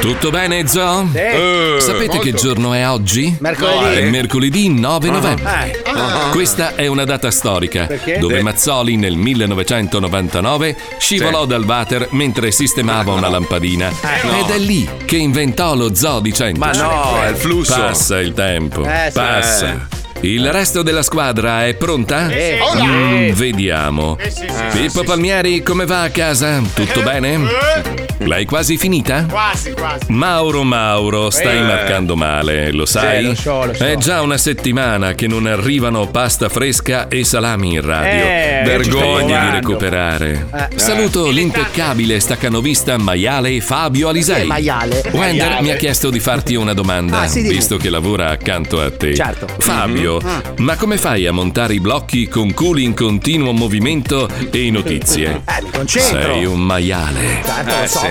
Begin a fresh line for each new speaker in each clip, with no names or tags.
Tutto bene, Zo?
Sì.
Eh, Sapete
molto.
che giorno è oggi?
Mercoledì.
È mercoledì 9
Ah.
novembre.
Ah. Ah.
Questa è una data storica
Perché?
dove
Sì.
Mazzoli nel 1999 scivolò dal water mentre sistemava una lampadina.
Eh, no.
Ed è lì che inventò lo Zoo di 100.
Ma no, è il flusso.
Passa il tempo.
Eh, sì.
Passa. Il resto della squadra è pronta?
Sì, sì.
Mm,
Hola.
vediamo.
Sì, sì, sì, sì, Eh?
Pippo
sì.
Palmieri, come va a casa? Tutto bene?
Eh?
L'hai quasi finita?
Quasi, quasi.
Mauro Mauro, stai
Eh.
marcando male, lo sai?
lo so, lo so.
È già una settimana che non arrivano pasta fresca e salami in radio.
Eh, ci stai
Vergogna di
provando.
recuperare.
Eh.
Saluto l'impeccabile staccanovista maiale Fabio Alisei.
Eh,
Perché Eh, maiale?
Wender
Maiale.
mi ha chiesto di farti una domanda,
Ah, sì, dimmi.
visto che lavora accanto a te.
Certo.
Fabio,
Mhm. Ah.
ma come fai a montare i blocchi con culi in continuo movimento e notizie?
Eh, mi concentro.
Sei un maiale.
Eh,
Certo, lo so.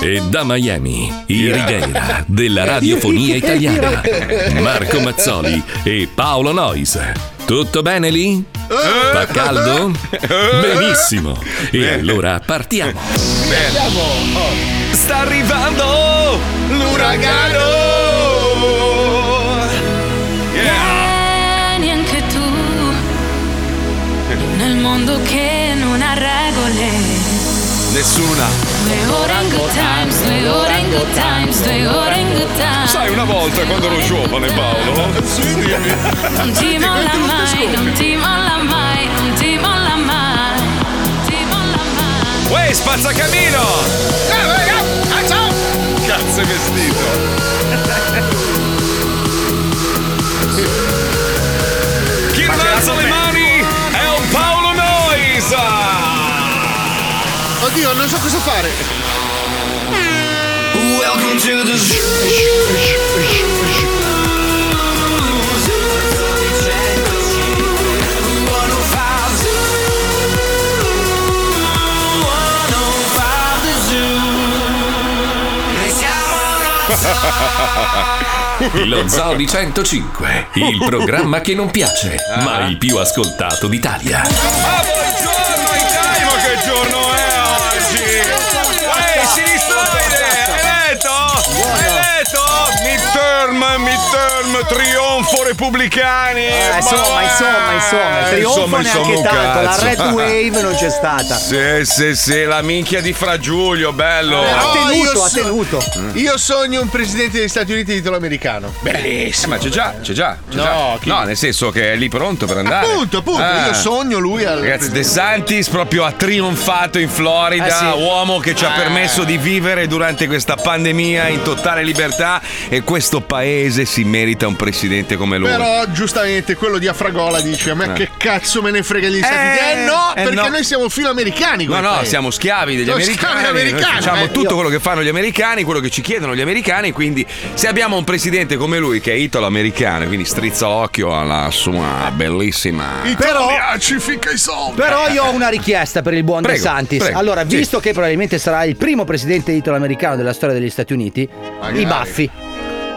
E da Miami, il Righeira della radiofonia italiana, Marco Mazzoli e Paolo Nois. Tutto bene lì? Fa caldo? Benissimo! E allora partiamo!
Sta arrivando l'uragano.
Vieni anche tu nel mondo che non ha regole.
Nessuna.
Due ore in good times, due ore in good times, due ore in good times.
Sai, eh. una volta quando ero giovane, Paolo. Sì, dimmi.
Non ti molla mai, non ti molla mai, non ti molla mai.
Uè, spazzacamino! Cazzo è vestito! Chi non alza le mani è un Paolo Nois!
Oddio, non so cosa fare.
Welcome to the zoo.
Lo Zoo di 105, il programma che non piace, ma il più ascoltato d'Italia.
Dai, ma che giorno è oggi? Ehi, sinistroide! Hai letto? Hai letto? Midterm, midterm, trionfo repubblicani!
Eh, insomma,
va-
insomma, insomma, il trionfo
Insomma,
neanche
insomma, un
tanto,
cazzo. Ah,
la red wave non c'è stata.
Sì, sì, sì, la minchia di Fra Giulio, bello!
Però io so-
Mm.
Io sogno un presidente degli Stati Uniti di titolo americano.
Bellissimo. ma c'è già, c'è già. C'è
No,
già.
chi-
no, nel senso che è lì pronto per andare.
Appunto, appunto, io sogno lui al-
Ah. Ragazzi, De Santis proprio ha trionfato in Florida,
Eh, sì.
uomo che ci ha
Eh.
permesso di vivere durante questa pandemia in totale libertà e questo paese si merita un presidente come lui.
Però giustamente quello di Afragola dice: Ma
Eh.
che cazzo me ne frega gli Stati Uniti? Eh no,
eh,
perché
no.
noi siamo filoamericani.
No,
come
no,
paese.
siamo schiavi degli
Siamo
americani.
schiavi
noi
americani,
Facciamo
eh,
tutto
io-
quello che fanno gli americani, quello che ci chiedono gli americani. Quindi, se abbiamo un presidente come lui che è italo-americano, quindi strizza occhio alla sua bellissima.
Però,
ci fica i soldi.
però io ho una richiesta per il buon
Prego,
De Santis.
prego,
allora,
sì.
visto che probabilmente sarà il primo presidente italoamericano della storia degli Stati Uniti,
Magari.
i baffi.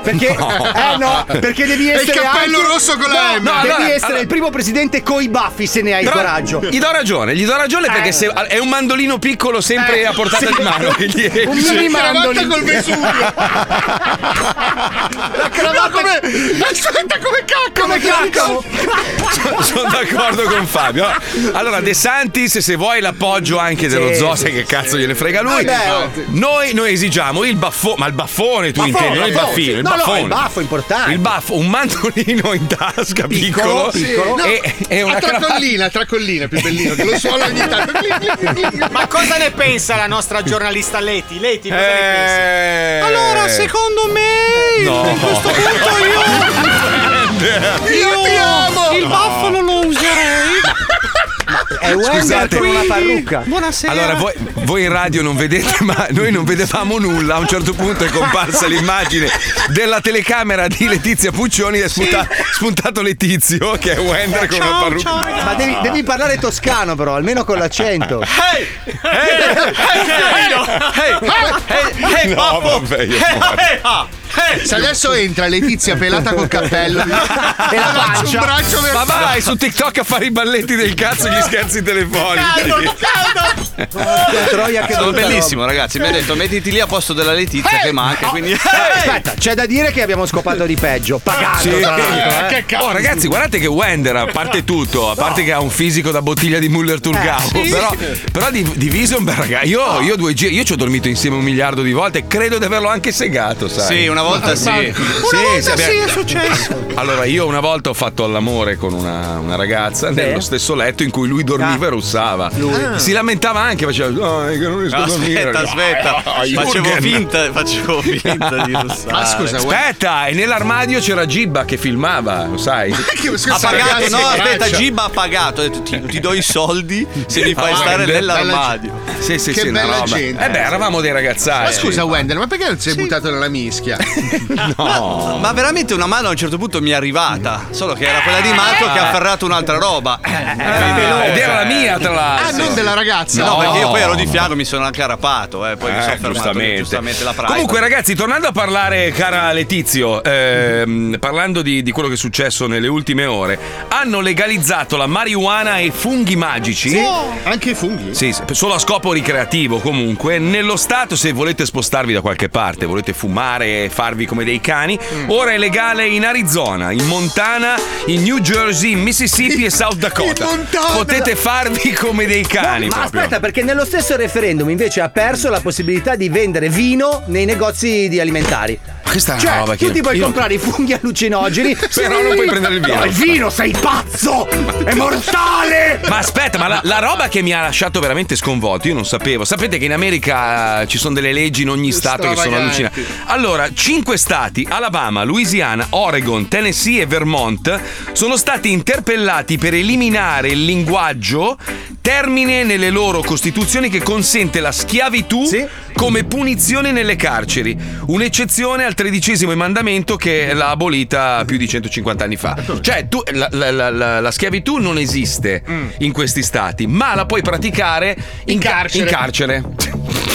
Perché,
No.
eh no, perché devi
E il
essere.
cappello
anche-
rosso con la
no,
M. No,
Devi
allora-
essere
allora-
il primo presidente coi baffi se ne hai il
Però
coraggio.
Gli do ragione, gli do ragione perché se- è un mandolino piccolo sempre
Eh,
a portata
sì.
di mano. che gli esce.
Un mini mandolino.
La cravatta come. Aspetta, come cacca!
Come cacca!
Sono d'accordo con Fabio. Allora, De Santis, se vuoi l'appoggio anche dello
Sì,
zoo,
sì,
sai che cazzo gliene frega lui.
Vabbè.
Noi, noi esigiamo il baffone, ma il baffone tu
Baffone,
intendi, non il
baffone, sì.
baffino. Il
No, no,
baffone.
il baffo è importante.
Il baffo, un mandolino in tasca
Piccolo,
piccolo,
piccolo.
E,
No,
e una
a
cravatta.
tracollina, a tracollina, più bellino, che lo suona ogni tanto.
Ma cosa ne pensa la nostra giornalista Leti? Leti, cosa ne
Eh.
pensa? Allora, secondo me,
No.
in questo punto io.
Io ti amo.
Il
No.
baffo non lo userei.
È Wender
Scusate.
Eh, con una
Quindi,
parrucca.
Buonasera.
Allora, voi, voi in radio non vedete, ma noi non vedevamo nulla. A un certo punto è comparsa l'immagine della telecamera di Letizia Puccioni e è spunta- spuntato Letizio, che è Wender con una parrucca.
Ma devi, devi parlare toscano, però, almeno con l'accento.
Ehi, ehi, ehi, ehi, ehi, ehi, ehi,
No,
Ah!
pappo.
vabbè, io
Eh,
muoio.
eh, ah, eh,
Se adesso entra Letizia pelata col cappello e la faccia un braccio verso
Ma vai su TikTok a fare i balletti del cazzo e gli scherzi telefonici.
Troia che
Sono
brutta
bellissimo, ragazzi. Mi ha detto mettiti lì a posto della Letizia che manca.
oh,
Quindi.
Aspetta, c'è da dire che abbiamo scopato di peggio. Pagato,
Sì.
tra l'altro, eh.
Che cazzo?
Oh, ragazzi, guardate che Wender, a parte tutto, a parte che ha un fisico da bottiglia di Muller Turgavo, però, però di, diviso è un bel ragazzo. Io, io due giri, io ci ho dormito insieme un miliardo di volte e credo di averlo anche segato, sai?
Sì, una volta sì.
Sì, sì, abbiamo- Allora, io una volta ho fatto l'amore con una, una ragazza nello stesso letto in cui lui
Ah.
dormiva e russava. Si lamentava anche, faceva. "No, è che non riesco a dormire. eh,
Aspetta, aspetta. Facevo
Jürgen.
finta, facevo finta di russare.
Ma scusa, guarda
Aspetta, e nell'armadio c'era Gibba che filmava, lo sai?
Ha pagato, no, aspetta, Gibba ha pagato. Ha detto, ti, ti do i soldi se mi fai
Ah,
stare
bella-
nell'armadio.
Sì, sì,
Che
sì, una
bella
roba.
gente.
Eh beh, eravamo dei ragazzari.
Ma scusa Wender, ma perché non sei buttato nella mischia?
no.
Ma veramente una mano a un certo punto mi è arrivata. Solo che era quella di Marco che ha afferrato un'altra roba. Eh,
Ah, ed era la mia, tra l'altro.
Ah, non della ragazza.
No,
No.
perché io poi ero di fianco, mi sono anche arrapato. Eh, poi mi sono
Eh,
fermato giustamente, giustamente la privacy.
Comunque, ragazzi, tornando a parlare, cara Letizio, ehm, parlando di, di quello che è successo nelle ultime ore, hanno legalizzato la marijuana e funghi magici.
Anche i funghi.
Sì, sì, solo a scopo ricreativo comunque. Nello Stato, se volete spostarvi da qualche parte, volete fumare e farvi come dei cani,
Mm.
ora è legale in Arizona, in Montana, in New Jersey, in Mississippi e South Dakota.
In Montana!
Potete farvi come dei cani
Ma
proprio.
aspetta, perché nello stesso referendum invece ha perso la possibilità di vendere vino nei negozi di alimentari.
Questa è una
Cioè,
roba che
tu ti
io-
puoi
io-
comprare i funghi allucinogeni,
Però non puoi prendere il vino.
No, il vino, sei pazzo! È mortale!
Ma aspetta, ma la, la roba che mi ha lasciato veramente sconvolto, io non sapevo. Sapete che in America eh, ci sono delle leggi in ogni stato che sono
Stravaganti.
allucinanti. Allora, cinque stati, Alabama, Louisiana, Oregon, Tennessee e Vermont, sono stati interpellati per eliminare il linguaggio termine nelle loro costituzioni che consente la schiavitù
Sì.
come punizione nelle carceri. Un'eccezione al tredicesimo mandamento che l'ha abolita più di 150 anni fa. Cioè, tu- la, la- la- la- la schiavitù non esiste in questi stati, ma la puoi praticare in, ca-
carcere.
in carcere.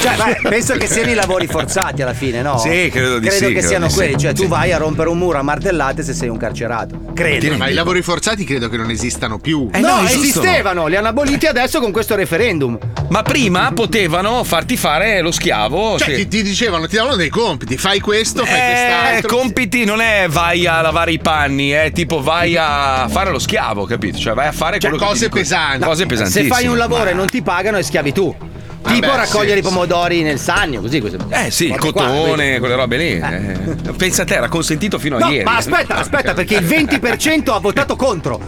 Cioè, beh, penso che siano i lavori forzati alla fine, no?
Sì, credo di sì,
Credo che
credo
siano
di sì.
quelli, cioè
Sì.
tu vai a rompere un muro a martellate se sei un carcerato. Credo.
Ma i lavori forzati credo che non esistano più.
Eh,
no,
no, esistono.
esistevano, li hanno aboliti adesso con questo referendum.
Ma prima potevano farti fare lo schiavo.
Cioè,
se-
ti, ti dicevano, ti davano dei compiti, fai questo, fai
Eh,
quest'altro.
compiti non è vai a lavare i panni, è tipo vai a fare lo schiavo, capito? Cioè vai a fare
Cioè,
quello che ti
cose
dico-
pesanti.
Cose
Se
pesantissime.
fai un lavoro e non ti pagano è schiavitù.
Ah,
Tipo
Vabbè,
raccogliere
sì,
i pomodori nel sagno, così. così.
Eh sì, il
Guarda qua, vedi.
cotone, quelle robe lì. eh. Pensa a te, era consentito fino a
No,
ieri.
ma aspetta, aspetta, perché il 20% ha votato contro.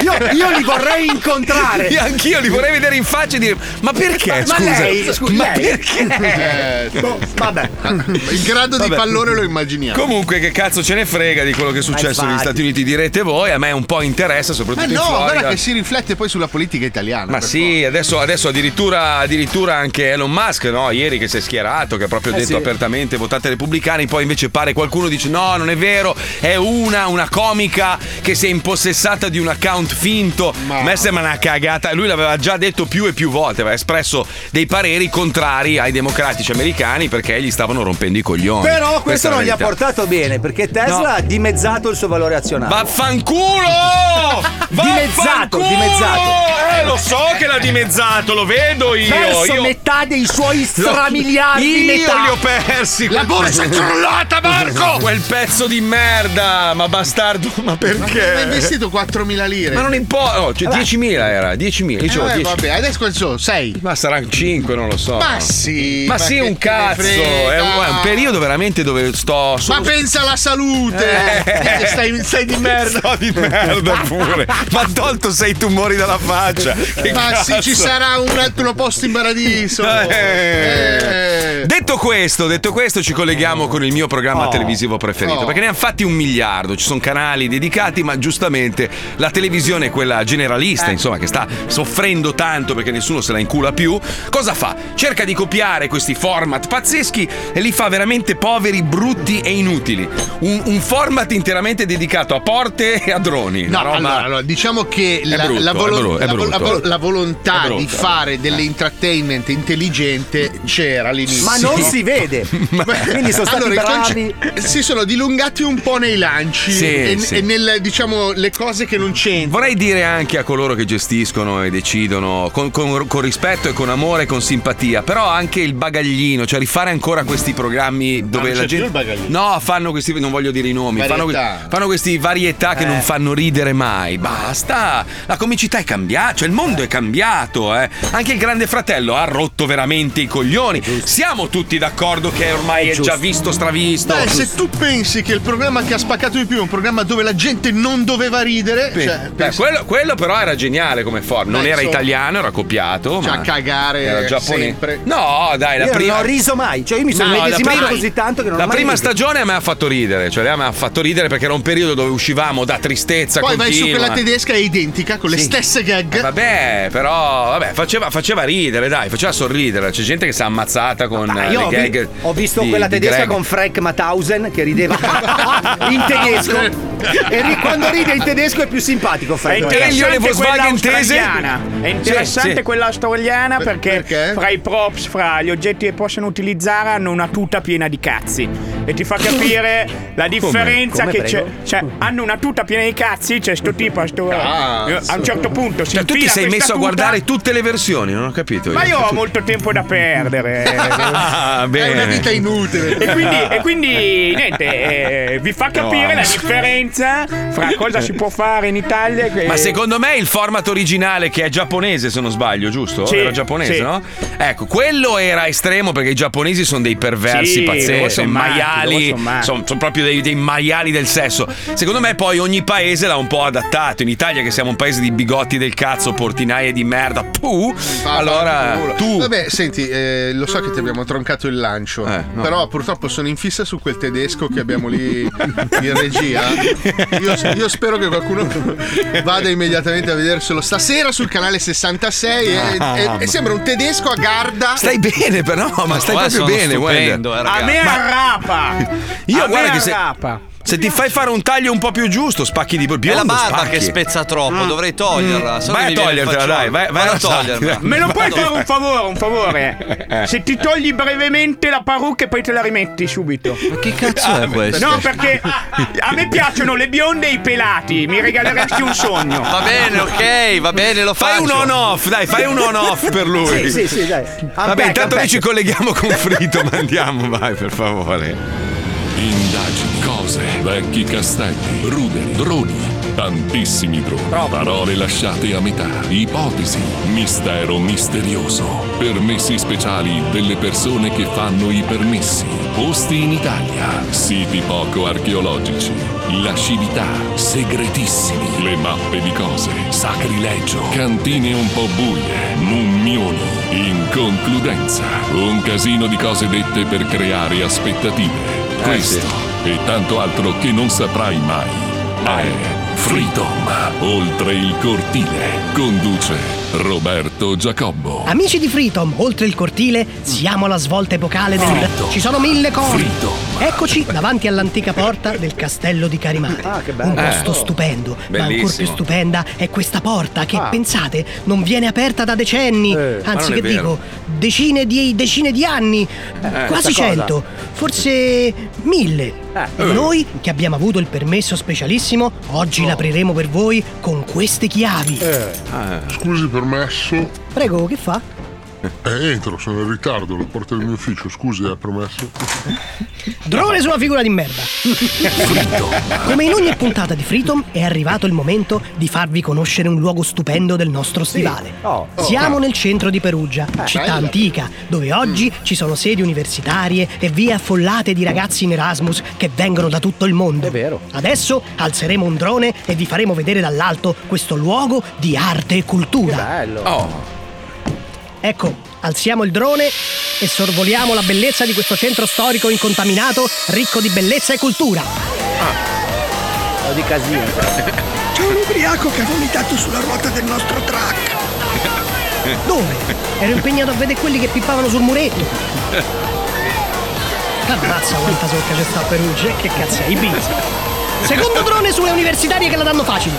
Io, io li vorrei incontrare.
Io anch'io li vorrei vedere in faccia e dire: Ma perché?
ma
scusa,
lei, scusa,
ma
lei?"
perché?
Eh,
Boh, vabbè.
il grado di
Vabbè.
pallone lo immaginiamo.
Comunque, che cazzo ce ne frega di quello che è successo negli
infatti.
Stati Uniti? Direte voi, a me un po' interessa,
Ma
soprattutto in
Eh, no,
Florida.
guarda che si riflette poi sulla politica italiana.
eh. Ma
per
sì, adesso, adesso addirittura, addirittura anche Elon Musk, no? Ieri che si è schierato, che ha proprio detto
Eh sì.
apertamente votate repubblicani, poi invece pare qualcuno dice no, non è vero, è una, una comica che si è impossessata di un account finto. Ma... A me sembra una cagata. Lui l'aveva già detto più e più volte, aveva espresso dei pareri contrari ai democratici americani perché gli stavano rompendo i coglioni.
Però
Questa
questo
è la
non gli ha
verità.
portato bene perché Tesla ha dimezzato il suo valore azionario.
Vaffanculo!
Dimezzato,
Vaffanculo!
dimezzato.
Eh, lo so che l'ha dimezzato, lo vedo io.
perso
io...
metà dei suoi
Lo-
stramiliardi
Io
metà.
li ho persi.
La
quel-
borsa è crollata, Marco!
Quel pezzo di merda, ma bastardo, ma
Ma hai
perché?
investito 4.000 lire.
Ma non importa, no, cioè 10.000 era, 10.000,
Eh,
dicevo
vabbè,
10.
vabbè, adesso quel so, 6.
Ma saranno 5, non lo so.
Ma sì.
Ma sì,
che
un
te ne
cazzo,
frega.
è un, è un periodo veramente dove sto
Ma
solo
pensa alla salute!
Eh.
Stai, stai di merda!
sto di merda pure. Ma ha tolto sei tumori dalla faccia. Che
Ma sì,
cazzo?
ci sarà un altro posto in paradiso!
Eh.
Eh.
Detto questo, detto questo, ci colleghiamo con il mio programma televisivo preferito.
Oh.
Perché ne hanno fatti un miliardo, ci sono canali dedicati, ma giustamente la televisione, quella
Eh.
generalista, insomma, che sta soffrendo tanto perché nessuno se la incula più, cosa fa? Cerca di copiare questi format pazzeschi e li fa veramente poveri, brutti e inutili. Un, un format interamente dedicato a porte e a droni.
No,
Una roba-
allora, allora, diciamo che la,
brutto,
la volo- la
è bru- è
vo- la
brutto.
vo- la volontà
È brutto. Eh.
di fare dell'entertainment intelligente c'era all'inizio.
Ma ma non si vede. Quindi sono stati
Allora, il
bravi.
conce- si sono dilungati un po' nei lanci
Sì,
e,
sì.
e nel, diciamo, le cose che non c'entrano.
Vorrei dire anche a coloro che gestiscono e decidono con, con- con rispetto e con amore e con simpatia, però anche il bagaglino, cioè rifare ancora questi programmi dove
non
la
c'è più
gente.
cioè, il bagaglino.
no, fanno questi, non voglio dire i nomi, fanno, que-
Varietà.
fanno questi varietà che non fanno ridere mai. Basta, la comicità è cambiata, cioè il mondo è cambiato, eh. Anche il Grande Fratello ha rotto veramente i coglioni. Siamo tutti d'accordo che ormai è, già visto, stravisto.
Beh, se tu pensi che il programma che ha spaccato di più è un programma dove la gente non doveva ridere,
Beh,
cioè,
beh, quello, quello però era geniale come forma. Non
Beh,
era
insomma.
italiano, era copiato.
Cioè,
ma
a cagare
era giapponese.
sempre.
No, dai, la
Io
prima.
non ho riso mai, cioè io mi sono
No, la
medesimato
prima-
così tanto che non
La
ho mai
prima
riso.
stagione a me ha fatto ridere, cioè a me ha fatto ridere perché era un periodo dove uscivamo da tristezza
cioè, Poi vai
continua.
su quella tedesca è identica, con le stesse gag.
Eh, Vabbè, però vabbè, faceva, faceva ridere, dai, faceva sorridere. C'è gente che si è ammazzata con
Ah,
eh,
io
le
ho, vi-
gag.
ho visto
di-
quella
di
tedesca
Greg.
con Frank Mauthausen che rideva in tedesco. e ri- quando ride in tedesco è più simpatico
È
Frank.
interessante
Elio e
quella
Volkswagen tese?
australiana. È interessante
Sì, sì.
quella australiana
Per-
perché,
perché?
fra i props, fra gli oggetti che possono utilizzare, hanno una tuta piena di cazzi. E ti fa capire la differenza
Come,
che c'è.
prego?
Cioè, hanno una tuta piena di cazzi, c'è sto tipo, sto-
Cazzo.
a un certo punto si
Ah, Cioè, tu ti
infila
sei
questa
messo a
tuta,
guardare tutte le versioni, non ho capito. Cioè,
Ma io ho molto tempo da perdere.
È una
Ah,
vita
bene.
E
inutile.
quindi, e quindi, niente, eh, vi fa capire la differenza fra cosa si può fare in Italia e
Ma secondo me il format originale, che è giapponese se non sbaglio, giusto?
Sì,
era giapponese,
sì.
no? Ecco, quello era estremo perché i giapponesi sono dei perversi
Sì, loro
pazzeschi,
son
sono
matti,
maiali,
loro son matti.
sono proprio dei, dei maiali del sesso. Secondo me poi ogni paese l'ha un po' adattato. In Italia che siamo un paese di bigotti del cazzo, portinaie di merda, puh, allora tu...
Vabbè, senti, eh, lo
Mm.
so che ti abbiamo troncato il lancio,
Eh, no.
però purtroppo sono in fissa su quel tedesco che abbiamo lì in regia. Io, io spero che qualcuno vada immediatamente a vederselo stasera sul canale 66. e- e- e sembra un tedesco a Garda.
Ah. Stai bene però, ma
Guarda,
stai proprio
sono
bene,
stupendo,
guarda.
eh,
A
ragazzi.
me arrapa!
Io
a
guarda
me
che se-
arrapa!
Se ti fai fare un taglio un po' più giusto, spacchi di biondo
È la barba
spacchi. Mm.
che spezza troppo,
Mm.
dovrei toglierla. sennò
Vai a
mi viene il
togliertela,
faccione.
dai, vai- vai
Vado
a
a toglierla.
toglierla. Eh.
Me lo puoi
Vado-
fare un favore, un favore? Se ti togli brevemente la parrucca e poi te la rimetti subito.
Ma che cazzo
Ah,
è questo?
No, perché a me piacciono le bionde e i pelati. Mi regaleresti un sogno.
Va bene, ok, va bene, lo
Fai
faccio.
un on-off, dai, fai un on-off per
Sì,
lui.
sì, sì, dai.
Vabbè,
Unpack,
intanto noi
unpack.
ci colleghiamo con Frito, ma andiamo, vai, per favore.
Indagini, cose, vecchi castelli, ruderi, droni, tantissimi droni, parole lasciate a metà, ipotesi, mistero misterioso, permessi speciali delle persone che fanno i permessi, posti in Italia, siti poco archeologici, lascività, segretissimi, le mappe di cose, sacrilegio, cantine un po' buie, mummioni, in concludenza, un casino di cose dette per creare aspettative. Questo e tanto altro che non saprai mai. È Freedom, oltre il cortile, conduce Roberto Giacobbo.
Amici di Freedom, oltre il cortile, siamo alla svolta epocale del.
Fritto.
Ci sono mille cose.
Fritto.
Eccoci davanti all'antica porta del castello di Carimare.
Ah, che bello.
Un posto
Eh.
stupendo, ma ancora
Bellissimo.
più stupenda è questa porta che,
Ah.
pensate, non viene aperta da decenni.
ma
Eh,
Anzi,
non è
che
vero. Eh,
dico, decine di, decine di anni.
questa
quasi
cosa. Eh.
cento, forse mille. E Noi che abbiamo avuto il permesso specialissimo, oggi l'apriremo per voi con queste chiavi.
Eh.
Scusi, permesso?
Prego, che fa?
Eh, entro, sono in ritardo, la porta del mio ufficio, scusi, è permesso?
Drone sulla figura di merda. Come in ogni puntata di Freedom è arrivato il momento di farvi conoscere un luogo stupendo del nostro stivale.
Oh, Eh,
Siamo nel centro di Perugia, città antica, dove oggi
Mm.
ci sono sedi universitarie e vie affollate di ragazzi in Erasmus che vengono da tutto il mondo.
È vero.
Adesso alzeremo un drone e vi faremo vedere dall'alto questo luogo di arte e cultura.
Bello.
Ecco, alziamo il drone e sorvoliamo la bellezza di questo centro storico incontaminato, ricco di bellezza e cultura.
Ho di casino.
C'è un ubriaco che ha vomitato sulla ruota del nostro truck. Dove? Ero impegnato a vedere quelli che pippavano sul muretto. Ammazza quanta socca c'è sta a Perugia,
eh,
che cazzo è, Ibiza. Secondo drone sulle universitarie che la danno facile.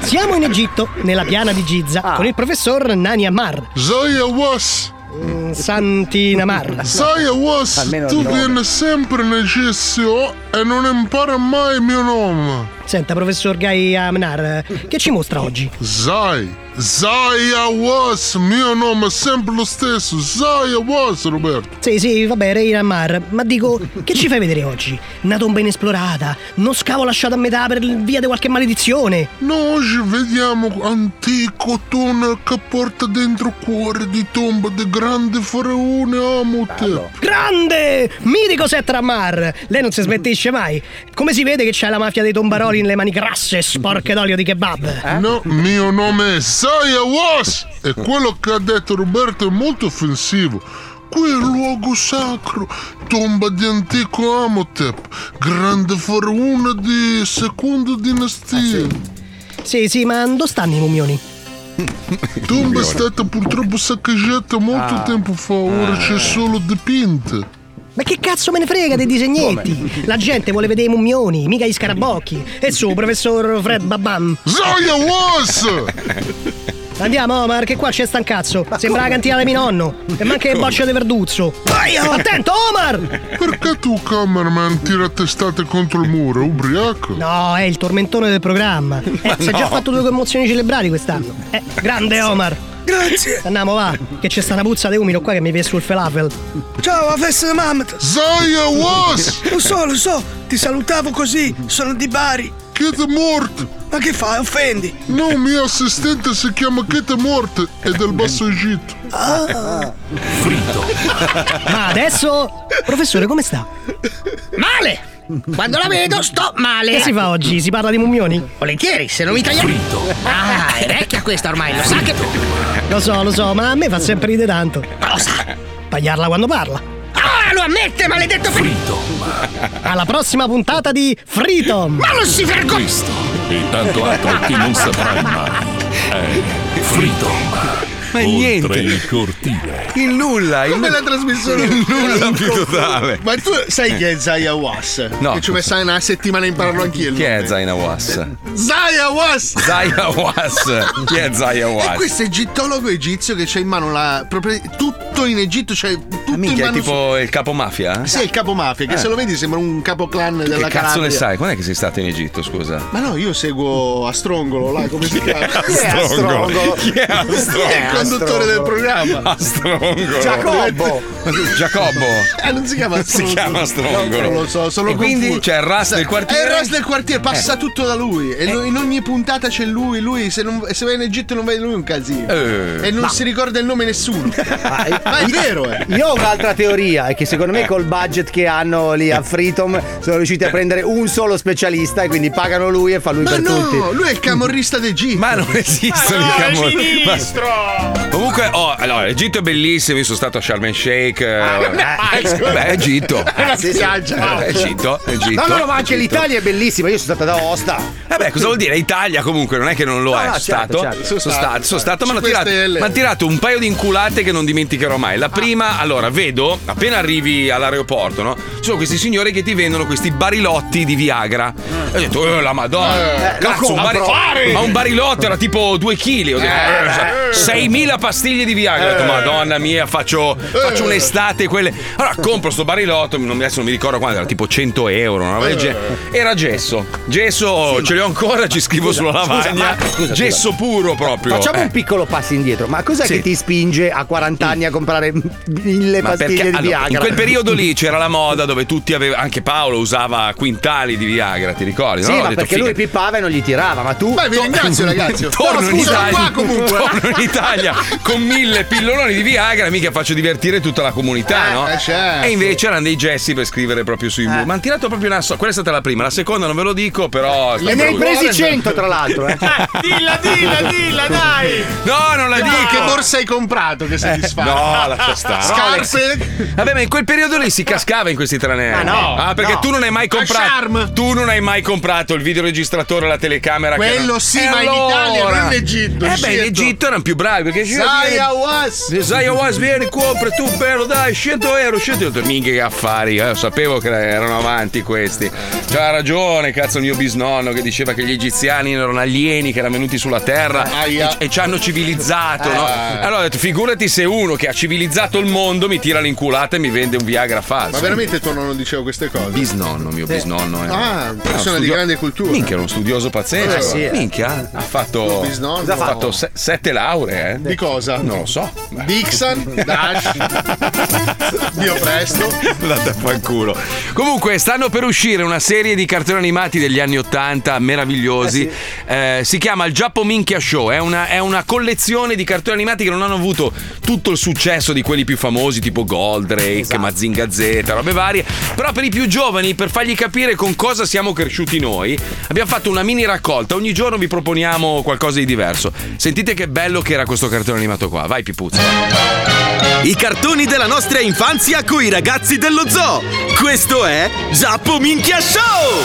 Siamo in Egitto, nella piana di Giza, con il professor Nani Ammar.
Zoya was!
Mm, Santina Marra.
Sai, was tu vieni sempre necessio e non impara mai il mio nome.
Senta, professor Gai Amnar, che ci mostra oggi?
Zai, Zai was, mio nome è sempre lo stesso, Zai was, Roberto.
Sì, sì, vabbè, Reina Amar, ma dico, che ci fai vedere oggi? Una tomba inesplorata, uno scavo lasciato a metà per via di qualche maledizione.
No, oggi vediamo antico tunnel che porta dentro cuore di tomba del grande faraone Amut.
Grande! Mitico Settra Amar! Lei non si smentisce mai. Come si vede che c'è la mafia dei tombaroli nelle mani grasse, sporche d'olio di kebab?
No, mio nome è Zaya Was e quello che ha detto Roberto è molto offensivo. Qui è il luogo sacro, tomba di antico Amotep, grande faraone di seconda dinastia.
Ah, Sì, sì, ma dove stanno i mumioni?
Tomba è stata purtroppo saccheggiata molto
Ah.
tempo fa, ora c'è solo dipinta.
Ma che cazzo me ne frega dei disegnetti? La gente vuole vedere i mummioni, mica gli scarabocchi. E su, professor Fred Babban.
Zoya Was!
Andiamo, Omar, che qua c'è sta un cazzo. Sembra la cantina di mio nonno. E manca il boccia di Verduzzo. Aia, oh, attento, Omar!
Perché tu, cameraman, tira testate contro il muro, ubriaco?
No, è il tormentone del programma. Eh, si è già
no.
fatto due commozioni celebrali quest'anno. Eh, grande Omar. Grazie. Andiamo, va, che c'è sta una puzza di umido qua che mi piace sul falafel.
Ciao, a festa di Mamet!
Zoya was!
Lo so, Oh, lo so, ti salutavo così, sono di Bari!
Kid Mort!
Ma che fai, offendi?
No, mio assistente si chiama Kete Morte, è del Basso Egitto.
Ah.
Ma Ah, adesso, professore, come sta?
Male! Quando la vedo sto male.
Che si fa oggi? Si parla di mummioni?
Volentieri, se non mi tagliate. Ah, è vecchia questa ormai, lo sa che.
Lo so, lo so, ma a me fa sempre ridere tanto.
Cosa?
Pagliarla quando parla.
Ah, lo ammette, maledetto fritto!
Alla prossima puntata di Freedom!
Ma non si vergogna!
E tanto altro che non saprai mai. È Freedom.
Ma
Oltre
niente.
il cortile.
In nulla,
Come la trasmissione?
Il nulla
In
più
confuso.
totale.
Ma tu sai chi è Zaya Was?
No.
Che ci ho messo una settimana a impararlo anch'io. il
Chi è
nome.
Zaina Was?
Zaya Was!
Zaina Was! Chi è Zaina
E
Was?
questo egittologo egizio che c'è in mano la propria- tutto in Egitto, cioè tutto in
Chi è
mano.
tipo il capo mafia?
su- Sì, è il capo mafia, che
Eh.
se lo vedi sembra un capo clan
Che
della
cazzo ne
Calabria.
sai? Quando è che sei stato in Egitto, scusa?
Ma no, io seguo Astrongolo là, come si chiama?
Chi è Astrongolo?
Chi è Astrongolo? Chi è il conduttore del programma?
Astrongolo.
Giacobbo.
Giacobbo.
Eh, non si chiama
Non si
Astrongolo.
chiama Strongolo.
No, non lo so, sono
E quindi
confuso.
c'è il Ras del quartiere?
È il Ras del quartiere, passa
Eh.
tutto da lui. E lui- in ogni puntata c'è lui. Lui, se, non- se vai in Egitto e non vedi lui, è un casino.
Eh.
E non
Ma-
si ricorda il nome nessuno. Ma è vero, eh.
Io ho un'altra teoria, è che secondo
Eh.
me col budget che hanno lì a Freedom sono riusciti a prendere un solo specialista e quindi pagano lui e fa lui
Ma
per
no,
tutti.
Oh, lui è il camorrista d'Egitto. Ma
non esistono i camorri- Comunque, oh, allora, l'Egitto è bellissimo. Io sono stato a Sharm el Sheikh. eh,
Ah,
vabbè,
eh,
scusa.
Beh, Egitto.
Eh, la spiaggia.
Eh, Egitto, Egitto.
No, no, no, ma anche
Egitto.
l'Italia è bellissima, io sono stata da Osta.
Vabbè, Eh cosa vuol dire? Italia comunque non è che non lo
No,
è
no, certo,
stato.
certo.
Sono stato, sono
eh.
stato, ma hanno
Cinque
tirato,
stelle.
m'hanno tirato un paio di inculate che non dimenticherò mai.
Ah.
La prima, allora, vedo, appena arrivi all'aeroporto, no? Ci sono questi signori che ti vendono questi barilotti di Viagra. E ho detto, eh, la madonna.
Eh,
Cazzo,
lo
un bari-
compro. Fare!
ma un barilotto era tipo 2 kg. Ho detto,
Eh,
eh,
eh.
6.000 pastiglie di Viagra. Ho detto, madonna mia, faccio,
Eh.
faccio un'estate quelle. Allora, compro sto barilotto, non, adesso non mi ricordo quanto, era tipo 100 euro, una roba
Eh,
del genere. Era gesso. Gesso ce l'ho ancora, ci scrivo
Scusa,
sulla lavagna.
scusa, ma- scusa,
gesso
scusa.
puro proprio.
Facciamo
Eh.
un piccolo passo indietro, ma cos'è
Sì. Mm.
che ti spinge a 40 anni a comprare mille
Ma
pastiglie
perché-
di
allora,
Viagra?
in quel periodo lì c'era la moda dove tutti avevano, anche Paolo usava quintali di Viagra, ti ricordi?
Sì,
no? Ho
ma
detto,
perché
"Figa,
lui pippava e non gli tirava, ma tu.
Beh, vi ringrazio, ragazzi.
No,
Torno in,
scusa,
Italia,
qua comunque.
torno in Italia con mille pilloloni di Viagra, mica faccio divertire tutta la
Eh,
comunità, no?
certo.
E invece erano dei gessi per scrivere proprio sui muri. Ma hanno tirato proprio una. so- Quella è stata la prima, la seconda non ve lo dico, però.
E ne hai presi 100 tra l'altro, eh.
Dilla, dilla, dilla, dai!
No, non la
Dai,
dico.
Che borsa hai Eh, comprato che sei disfatto?
Eh, No, lascia stare.
Scarpe?
Vabbè, ma in quel periodo lì si cascava in questi tranelli.
Ma no,
Ah, perché
no.
tu non hai mai
Ma
comprato. Tu non hai mai comprato il videoregistratore, la telecamera. che
Quello
era-
sì,
E
ma in Italia, non in Egitto,
Eh beh,
scelto.
in Egitto erano più bravi. perché c'è.
Zaya Was!
Zaya Was, vieni, compra tu, bello, dai, 100 euro, 100 euro. Minchia che affari, eh, sapevo che erano avanti questi. Cioè, C'ha ragione, cazzo, il mio bisnonno che diceva che gli egiziani erano alieni che erano venuti sulla terra e, e ci hanno civilizzato, no?
Ah.
Allora ho detto, figurati se uno che ha civilizzato il mondo mi tira l'inculata e mi vende un Viagra falso.
Ma veramente tuo nonno diceva queste cose?
Bisnonno, mio bisnonno. eh.
Ah, persona
Era un
di
studio-
grande cultura.
Minchia, era uno studioso pazzesco.
Eh, sì, eh.
Minchia, ha fatto,
Tuo bisnonno.
ha fatto se- sette lauree. eh.
Di cosa?
Non lo so.
Dixon, Dash, Dio presto.
culo. Comunque, stanno per uscire una serie di cartoni animati degli anni 80 meravigliosi. Eh, si chiama Il Giappo Minchia Show. È una, è una collezione di cartoni animati che non hanno avuto tutto il successo di quelli più famosi, tipo Goldrake, Mazinga Z, robe varie. Però per i più giovani, per fargli capire con cosa siamo cresciuti noi, abbiamo fatto una mini raccolta. Ogni giorno vi proponiamo qualcosa di diverso. Sentite che bello che era questo cartone animato qua. Vai, Pipuzzo.
I cartoni della nostra infanzia coi ragazzi dello zoo. Questo è Giappo Minchia Show!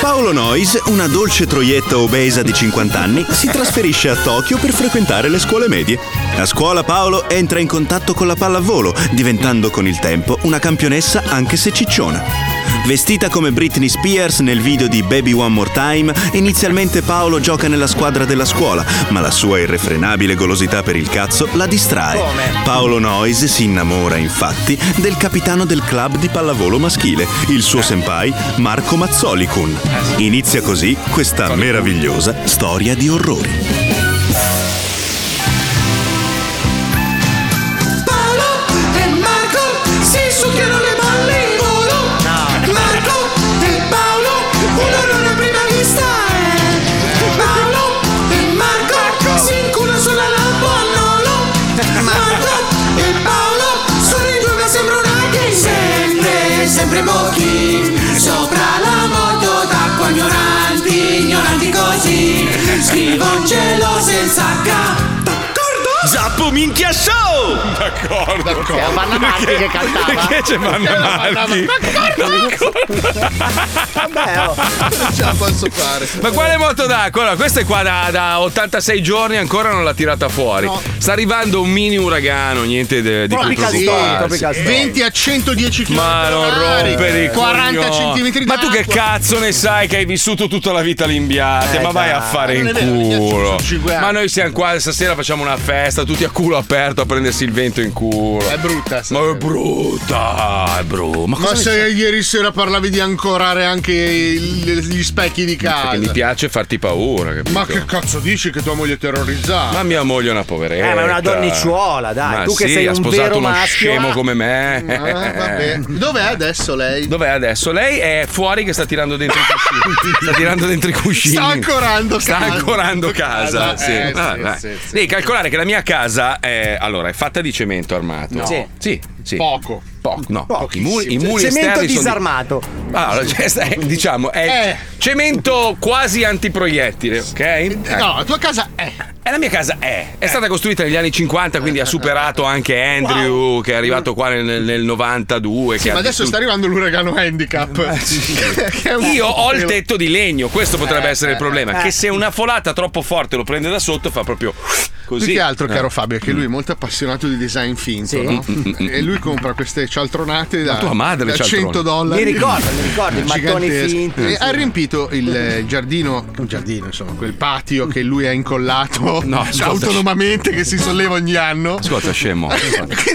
Paolo Nois, una dolce troietta obesa di 50 anni, si trasferisce a Tokyo per frequentare le scuole medie. A scuola Paolo entra in contatto con la pallavolo, diventando con il tempo una campionessa anche se cicciona. Vestita come Britney Spears nel video di Baby One More Time, inizialmente Paolo gioca nella squadra della scuola, ma la sua irrefrenabile golosità per il cazzo la distrae. Paolo Nois si innamora infatti del capitano del club di pallavolo maschile, il suo senpai Marco Mazzolicun. Inizia così questa meravigliosa storia di orrori.
Paolo e Marco si succhiano le balle in volo. Marco e Paolo, un orrore a prima vista. eh. Paolo e Marco si inculano sulla lampo a nolo. Marco e Paolo sono i due ma sembrano anche sempre, sempre pochi. Sopra la moto d'acqua ignoranti, ignoranti così. Scrivo un cielo senza H.
Zappo Minchia Show!
D'accordo.
D'accordo. Era Vanna Marchi che cantava.
Perché c'è Vanna Marchi?
Vabbè, non ce la posso fare.
Ma quale moto d'acqua? Allora, questa è qua da, da 86 giorni, ancora non l'ha tirata fuori. Sta arrivando un mini uragano, niente de- di cui
Tropical Storm,
preoccuparsi.
Tropical Storm. 20 a 110 km
Ma non rompere i
40
coglioni.
centimetri
Ma tu che cazzo ne sai che hai vissuto tutta la vita all'imbiate?
Eh,
ma vai a
dai.
fare
Non
in
è vero, mica ci
culo.
sono cinque anni.
Ma noi siamo qua stasera facciamo una festa, tutti a culo aperto a prendersi il vento in culo. È
brutta
Ma è brutta, è brutta. Ma
Ma,
cosa ne
se ieri sera parlavi di ancorare anche il- gli specchi di
Perché
casa.
mi piace farti paura, capito?
Ma che cazzo dici che tua moglie è terrorizzata?
Ma mia moglie è una poveretta.
Eh, ma è una donnicciuola, dai.
Ma
Tu che
sì,
sei
ha
un
sposato
vero
uno
maschio.
scemo come me.
Ah,
eh,
vabbè. Dov'è adesso lei?
Dov'è adesso? Lei è fuori che sta tirando dentro i cuscini. sta tirando dentro i cuscini.
Sta ancorando
Sta
casa.
ancorando casa.
Eh,
sì.
sì,
Ah,
sì,
dai.
sì, sì.
Devi calcolare che la mia casa è, allora, è fatta di cemento armato.
No.
Sì.
Sì.
sì.
Poco.
Poco, no, pochi. I muri, i muri
Cemento
esterni sono di-
disarmato.
Ah, allora, cioè, stai- diciamo, è
Eh.
cemento quasi antiproiettile, ok?
No, la tua casa Eh. è.
È la mia casa è. È stata costruita negli anni 50, quindi ha superato anche Andrew, che è arrivato qua nel, nel 92.
Sì,
che
ma
ha Eh,
adesso sta
vissuto-
arrivando l'uragano handicap. Che è un-
Io ho il tetto di legno, questo potrebbe
Eh,
essere il
eh,
problema.
eh.
Che se una folata troppo forte lo prende da sotto, fa proprio così.
Più che altro, caro Fabio, è che lui è
Mm.
molto appassionato di design finto,
Sì.
no?
Mm, mm, mm,
E lui compra queste cialtronate da,
Ma tua madre
da
le cialtrone.
100 dollari.
Mi ricordo, mi ricordo, i mattoni
Gigantesche.
finti,
E
sì.
ha riempito il eh, giardino, il giardino, insomma, quel patio che lui ha incollato
No, ascolta.
autonomamente, che si solleva ogni anno.
Ascolta, scemo.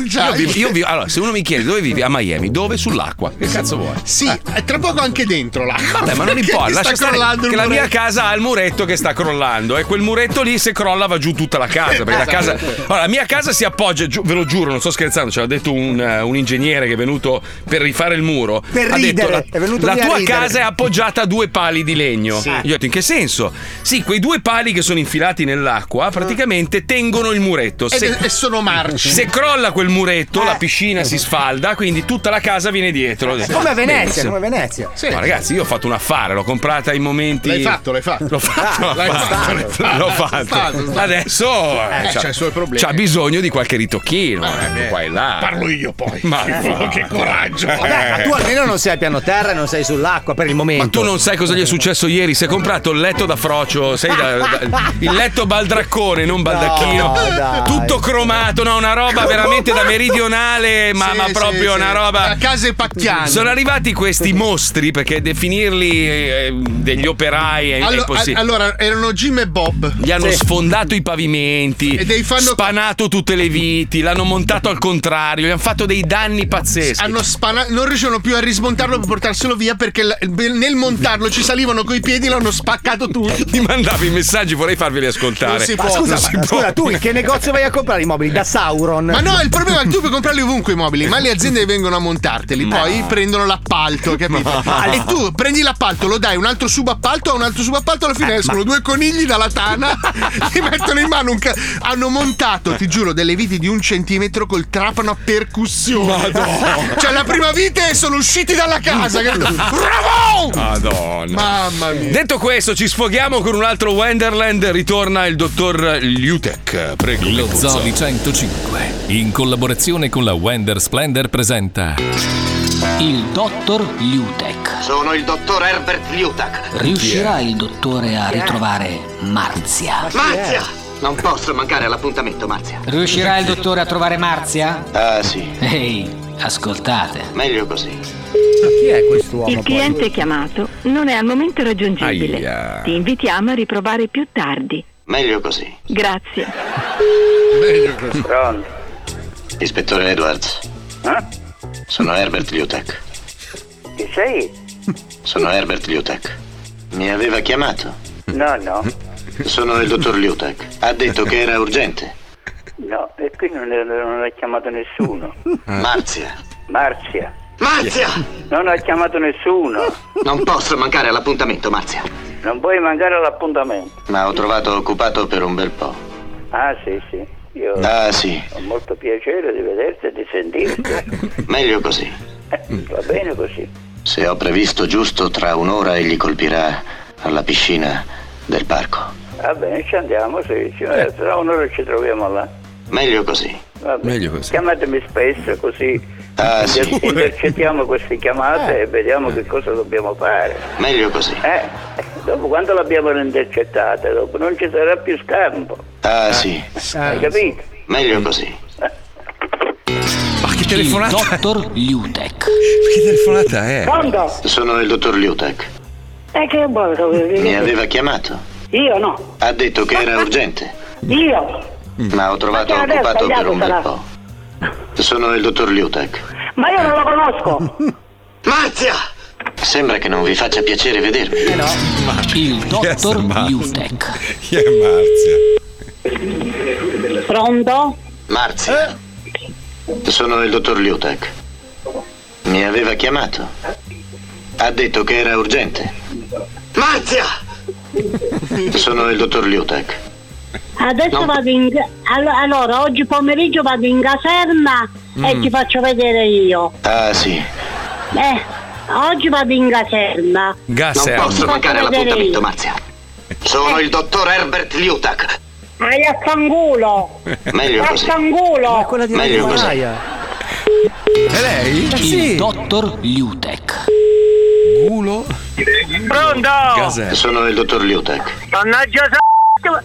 Già.
Io vivo- io vivo- allora, se uno mi chiede dove vivi, a Miami, dove? Sull'acqua. Che cazzo vuoi?
Sì, eh, tra poco anche dentro l'acqua.
Ah. Vabbè, ma non
Perché
importa,
mi
lascia
sta
stare
crollando
che
il
la mia
muretto.
casa ha il muretto che sta crollando e quel muretto lì se crolla va giù tutta la casa, perché la casa Allora, la mia casa si appoggia, giù, ve lo giuro, non sto scherzando, ce l'ha detto un, eh, un ingegnere che è venuto per rifare il muro.
Per
ha detto,
ridere,
la-
è venuto
la
lì a
tua
ridere."
casa è appoggiata a due pali di legno.
Sì.
Io ho detto in che senso? Sì, quei due pali che sono infilati nell'acqua praticamente tengono il muretto.
Ed-
Se-
e sono marci.
se crolla quel muretto, la piscina si sfalda, quindi tutta la casa viene dietro.
Eh. È come a Venezia,
Benissimo.
come a Venezia.
Eh, Ma ragazzi, io ho fatto un affare, l'ho comprata in momenti.
L'hai fatto, l'hai fatto.
L'ho
Ah,
fatto, l'ho
l'hai
fatto,
fatto, l'hai fatto.
l'ho
È
fatto.
stato, è stato.
Adesso però eh,
Eh, c'ha i suoi problemi.
c'ha bisogno di qualche ritocchino,
Ah,
ecco,
beh.
qua e là.
Parlo io poi. Oh,
Ma
Che
infatti.
coraggio.
Vabbè, ma tu almeno non sei al piano terra e non sei sull'acqua per il momento.
Cioè, eh. Ma tu non sai cosa gli è successo ieri? Si è comprato il letto da frocio, sei da- da- il letto baldraccone, non baldacchino.
No, dai.
tutto cromato, no, una roba veramente da meridionale, ma,
Sì,
ma
sì,
proprio
sì.
una roba.
Da case pacchiane.
Sono arrivati questi mostri perché definirli eh, degli operai è,
Allo-
è possibile.
a- allora, erano Jim e Bob.
Gli hanno
Sì.
sfondato i pavimenti,
E dei fanno-
spanato tutte le viti, l'hanno montato al contrario, gli hanno fatto dei danni pazzeschi.
Hanno spana- non riuscivano più a rismontarlo per portarselo via perché l- nel montarlo ci salivano coi piedi e l'hanno spaccato tutto.
Ti mandavi i messaggi, vorrei farveli ascoltare.
Non si
Ma scusa, ma- scusa, tu in che negozio vai a comprare i mobili? Da Sauron.
Ma no, il problema è che tu puoi comprarli ovunque i mobili, ma le aziende vengono a montarteli, poi prendono l'appalto, capito?
Ma-
E tu prendi l'appalto, lo dai a un altro subappalto, a un altro subappalto, alla
Eh,
fine escono due conigli dalla tana, ti mettono in mano un ca- hanno montato, ti giuro, delle viti di un centimetro col trapano a percussione.
Madò.
Cioè la prima vite e sono usciti dalla casa, capito? Bravo!
Madonna.
Mamma mia.
Detto questo, ci sfoghiamo con un altro Wonderland. Ritorna il dottor Liutek. Prego.
Lo Zoli 105, in collaborazione con la Wender Splendor, presenta.
Il dottor Liutek. Sono il dottor Herbert Liutek. Riuscirà il dottore a ritrovare Marzia?
Marzia! Non posso mancare all'appuntamento, Marzia.
Riuscirà il dottore a trovare Marzia?
Ah, sì.
Ehi, ascoltate.
Meglio così.
Chi è quest'uomo?
Il cliente chiamato non è al momento raggiungibile. Ti invitiamo a riprovare più tardi.
Meglio così.
Grazie.
Meglio così. Pronto. Ispettore Edwards. Sono Herbert Liutek.
Chi sei?
Sono Herbert Liutek. Mi aveva chiamato.
No, no,
Sono il dottor Liutek. Ha detto che era urgente.
no, e qui non, non ha chiamato nessuno.
Marzia.
Marzia.
Marzia!
Non ha chiamato nessuno.
Non posso mancare all'appuntamento, Marzia.
Non puoi mancare all'appuntamento.
Ma ho trovato occupato per un bel po'.
Ah, sì, sì. Io
Ah, sì.
ho molto piacere di vederti e di sentirti.
Meglio così.
Va bene così.
Se ho previsto giusto, tra un'ora egli colpirà alla piscina del parco.
Va bene, ci andiamo, sì. Ci, tra un'ora ci troviamo là.
Meglio così.
Va bene.
Meglio così.
Chiamatemi spesso così
Ah, sì. Eh.
inter- intercettiamo queste chiamate e vediamo che cosa dobbiamo fare.
Meglio così.
Eh, dopo quando l'abbiamo intercettata, dopo non ci sarà più scampo.
Ah, sì.
Hai capito?
Meglio così.
Ma che
telefonata?
Il dottor Liutek.
Che telefonata
Eh.
è?
Pronto?
Sono il dottor Liutek.
Eh,
E che vuoi
Mi aveva chiamato.
Io no,
Ha detto che era urgente.
io.
Ma ho trovato
Ma che adesso
occupato per
andiamo,
un bel
sarà.
po'. Sono il dottor Liutek.
Ma io non lo conosco. Marzia!
Sembra che non vi faccia piacere vedermi.
Eh Il dottor Liutek.
Chi è Marzia?
Pronto?
Marzia.
Eh?
Sono il dottor Liutek. Mi aveva chiamato. Ha detto che era urgente. Marzia! Sono il dottor Liutek.
Adesso vado in. ga- allo- allora, oggi pomeriggio vado in caserma
Eh,
e
Mm.
ti faccio vedere io.
Mm.
Ah sì.
Eh, oggi vado in caserma.
non posso mancare
Faccio vedere
all'appuntamento,
io.
Marzia. Sono
Eh.
il dottor Herbert Liutek.
Vai a fangulo!
Meglio così.
fangulo! Ma quella
di Meglio Radio così. Maraia.
E lei?
Il dottor Liutek.
Culo.
Pronto?
Oh.
Sono il dottor Liutek.
Mannaggia s***o!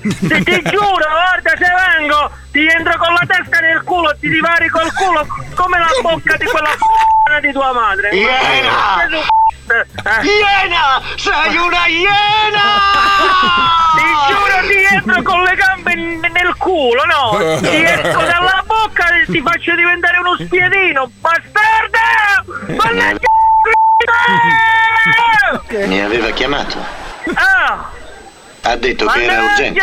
Ti, ti giuro, guarda se vengo! Ti entro con la testa nel culo, ti divari col culo come la bocca di quella f***a di tua madre!
Iena!
Gesù, Eh.
Iena! Sei una iena!
Ti giuro ti entro con le gambe n- nel culo, no? Ti entro dalla bocca e ti faccio diventare uno spiedino, bastardo! Mannaggia!
Mi aveva chiamato.
Ah!
Ha detto che era urgente.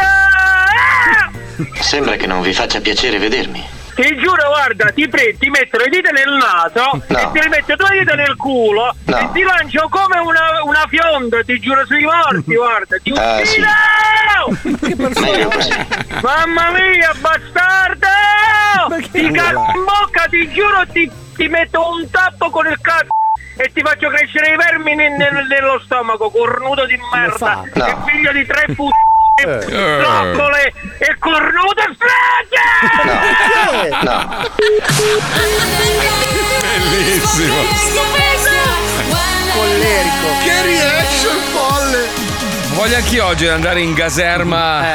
Sembra che non vi faccia piacere vedermi.
Ti giuro, guarda, ti, pre- ti metto le dita nel naso e ti metto due dita nel culo
No.
e ti lancio come una, una fionda, ti giuro sui morti, guarda, ti
Ah,
uccido!
Meglio così.
Mamma mia, bastardo! Ti cazzo in bocca, ti giuro, ti, ti metto un tappo con il cazzo e ti faccio crescere i vermi ne- ne- nello stomaco, cornuto di merda, e
No.
figlio di tre puttane zoccole e cornute fredde!
No. No. Bellissimo.
Collerico. Che riesce il folle.
Voglio anch'io oggi andare in
Eh.
caserma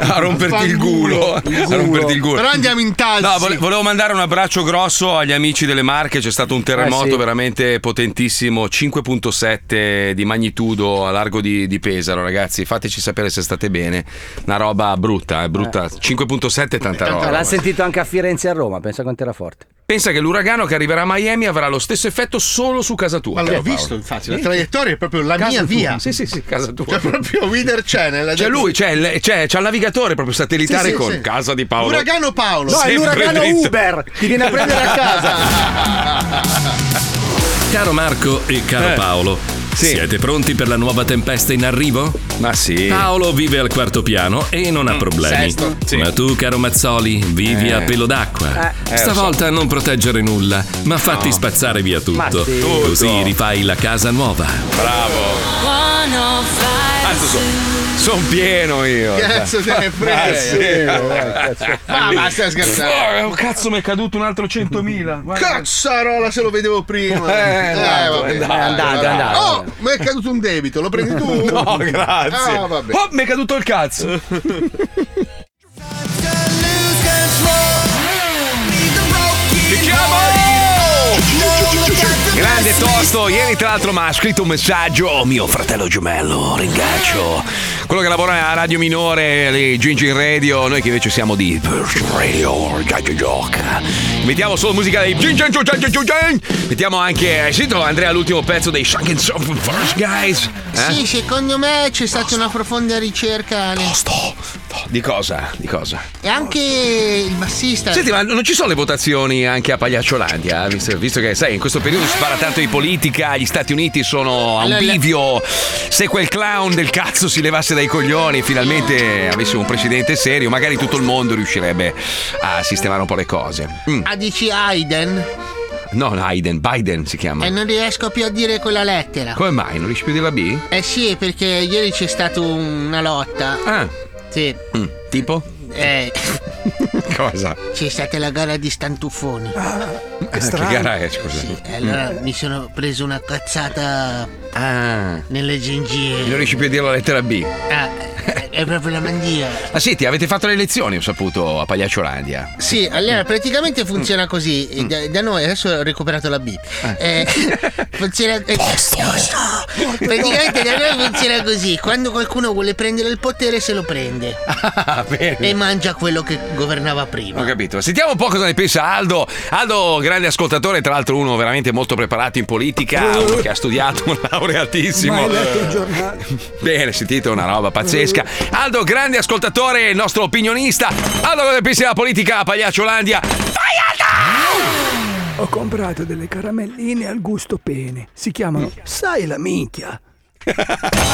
a romperti il culo. A romperti il culo.
Però andiamo in tazzi.
No, vole- volevo mandare un abbraccio grosso agli amici delle Marche, c'è stato un terremoto
Eh, sì.
veramente potentissimo, 5.7 di magnitudo a largo di, di Pesaro, ragazzi, fateci sapere se state bene, una roba brutta, eh, brutta, 5.7 è tanta roba.
L'ha sentito anche a Firenze e a Roma, pensa quanto era forte.
Pensa che l'uragano che arriverà a Miami avrà lo stesso effetto solo su casa
Ma
tua.
l'ho
Eh, Paolo.
visto, infatti, la
Sì.
traiettoria è proprio la
Casa
mia
tua.
via.
Sì, sì, sì, casa tua.
C'è proprio Wider Channel. ha
C'è
detto-
lui, c'è il, c'è, c'è il navigatore proprio
Sì,
satellitare
sì,
con
sì.
casa di Paolo.
Uragano Paolo.
Sempre dritto.
ti viene a prendere a
casa.
Caro Marco e caro
Eh.
Paolo, siete pronti per la nuova tempesta in arrivo?
Ma sì. Mm,
Paolo vive al quarto piano e non ha problemi.
sesto, sì.
Ma tu, caro Mazzoli, vivi
Eh.
a pelo d'acqua.
Eh,
Stavolta non proteggere nulla, ma fatti spazzare via
Ma
tutto.
sì. Tutto.
Così rifai la casa nuova.
Bravo. Tanto so- son pieno io.
Cazzo, te ne frega.
Ah, sì.
Eh, Ma, ma stai scherzando?
Oh, cazzo, mi è caduto un altro 100.000. guarda.
Cazzarola se lo vedevo prima.
Eh, andato,
vabbè,
è
dai,
andato,
vabbè.
è andato.
Oh, mi è caduto un debito, lo prendi tu?
No, grazie.
Ah, vabbè.
Oh, mi è caduto il cazzo. Grande Tosto, ieri tra l'altro mi ha scritto un messaggio, oh, mio fratello gemello, ringaccio. Quello che lavora a Radio Minore, le Gingin Radio, noi che invece siamo di Radio Gagio Gioca. Mettiamo solo musica dei Gingin Gio- Gio- Gio- Gio- Gio- Mettiamo anche, hai sentito Andrea l'ultimo pezzo dei Shankin First Guys? Eh?
Sì, secondo me c'è stata una profonda ricerca. Ale.
Di cosa? Di cosa?
E anche il bassista.
Senti, ma non ci sono le votazioni anche a Pagliacciolandia? Visto, visto che, sai, in questo periodo si parla tanto di politica, gli Stati Uniti sono a un
Allora, le-
bivio. Se quel clown del cazzo si levasse dai coglioni e finalmente avessimo un presidente serio, magari tutto il mondo riuscirebbe a sistemare un po' le cose. Mm.
Ah, dici Aiden?
No, no, Biden, Biden si chiama.
E non riesco più a dire quella lettera.
Come mai? Non riesci più a dire la B?
Eh sì, perché ieri c'è stata una lotta.
Ah.
Sì.
Mm. Tipo?
Eh,
Cosa?
c'è stata la gara di Stantuffoni.
Eh, che gara Mm. è, scusa?
E allora mi sono preso una cazzata nelle gengive.
Mm. Ah. Non riesci più a dire la lettera B.
Ah, è proprio la mandia.
Ah sì, ti avete fatto le elezioni, ho saputo, a eh? Pagliacciolandia.
Sì, allora praticamente
Mm.
funziona così. Da, da noi adesso ho recuperato la B. Eh, funziona. eh, praticamente da noi funziona così. Quando qualcuno vuole prendere il potere se lo prende.
Ah, bene.
E mangia quello che governava prima.
Ho capito. Sentiamo un po' cosa ne pensa Aldo. Aldo, grande ascoltatore, tra l'altro uno veramente molto preparato in politica, uno che ha studiato, un laureatissimo. Bene, sentite, una roba pazzesca. Aldo, grande ascoltatore, il nostro opinionista. Aldo, cosa ne pensi della politica, Pagliacciolandia?
Ho comprato delle caramelline al gusto pene. Si chiamano Sai la minchia.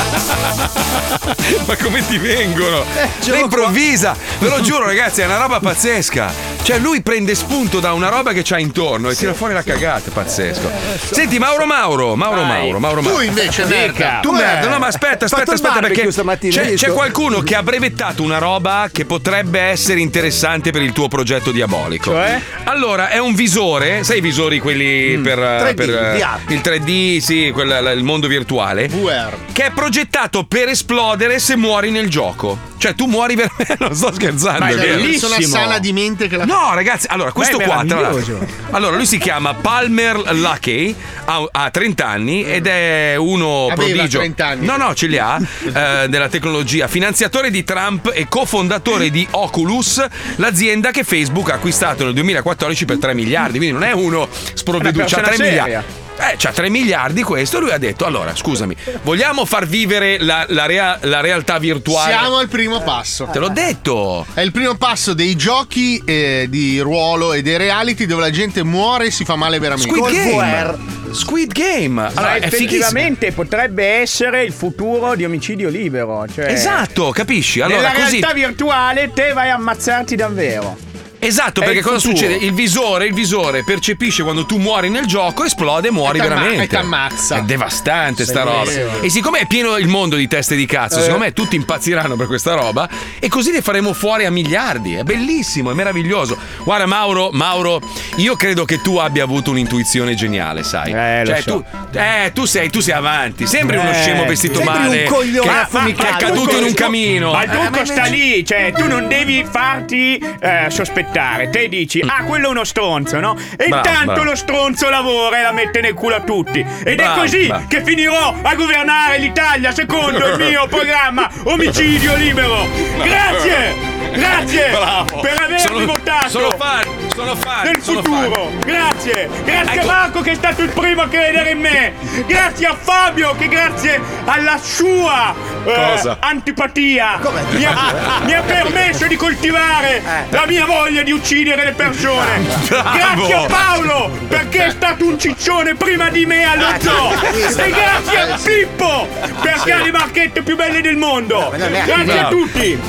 Ma come ti vengono?
Eh,
Lei improvvisa, ve lo giuro ragazzi, è una roba pazzesca. Cioè lui prende spunto da una roba che c'ha intorno e tira fuori la cagata, pazzesco.
Eh,
Senti Mauro Mauro, Mauro Mauro, Mauro Mauro.
Tu invece, merda.
Tu
Eh.
merda, no ma aspetta,
Ho fatto
aspetta,
il
aspetta
barbecue
perché
stamattina, hai
c'è,
visto?
c'è qualcuno che ha brevettato una roba che potrebbe essere interessante per il tuo progetto diabolico.
Cioè?
Allora, è un visore, sai i visori quelli per, eh,
3D,
per, eh,
VR.
il 3D, sì, quel- il mondo virtuale
VR.
che è progettato per esplodere se muori nel gioco. Cioè, tu muori veramente. Non sto scherzando.
Ma è
è vero.
bellissimo. Sono sana di mente che la-
No, ragazzi, allora, questo
Ma è
qua. tra l'altro-
meraviglioso.
Allora, lui si chiama Palmer Lucky, ha, ha 30 anni ed è uno
Aveva
prodigio.
30 anni.
No, no, ce li ha eh, della tecnologia. Finanziatore di Trump e cofondatore di Oculus, l'azienda che Facebook ha acquistato nel 2014 per 3 miliardi. Quindi non è uno sprovveduto,
Una
c'ha
persona
3
seria.
miliardi. Eh, c'ha 3 miliardi questo. Lui ha detto: Allora, scusami, vogliamo far vivere la, la rea- la realtà virtuale?
Siamo al primo passo.
Te l'ho detto.
È il primo passo dei giochi eh, di ruolo e dei reality dove la gente muore e si fa male veramente.
Squid Game. Squid Game. Allora,
Ma
è fighissimo.
effettivamente potrebbe essere il futuro di omicidio libero. Cioè
Esatto, capisci? Allora,
nella
così.
realtà virtuale te vai a ammazzarti davvero.
Esatto,
È
perché
il
cosa
futuro.
succede? Il visore, il visore percepisce quando tu muori nel gioco, esplode e muori
E t'amma-
veramente.
e t'ammazza.
È devastante sta
Bellissimo.
roba. E siccome è pieno il mondo di teste di cazzo,
Eh.
secondo me tutti impazziranno per questa roba e così le faremo fuori a miliardi. È bellissimo, è meraviglioso. Guarda Mauro, Mauro, io credo che tu abbia avuto un'intuizione geniale, sai.
lo
Cioè,
so.
tu, eh, tu sei, tu sei avanti, sembri uno
Eh,
scemo vestito
sembri un
male.
coglione
che-
affumicato. Eh,
Che è caduto in un camino.
Ma il trucco sta lì, cioè tu non devi farti eh, sospettare. Te dici, ah, quello è uno stronzo, no? E
Bravo,
intanto
bravo.
lo stronzo lavora e la mette nel culo a tutti. Ed
Bravo,
è così
bravo.
che finirò a governare l'Italia secondo il mio programma Omicidio Libero. Grazie! Grazie
Bravo.
per avermi
Sono-
votato!
sono fan, sono fan,
Nel
sono
futuro! Grazie! Grazie
Ecco.
a Marco che è stato il primo a credere in me! Grazie a Fabio che grazie alla sua eh,
Cosa?
antipatia mi ha, mi ha permesso di
Eh.
coltivare la mia voglia di uccidere le persone!
Bravo.
Grazie a Paolo perché è stato un ciccione prima di me allo
Eh,
zoo!
sì.
E grazie a
Eh, sì.
Pippo perché
Sì.
ha le marchette più belle del mondo!
Eh,
non è-
Grazie a
Bravo.
tutti!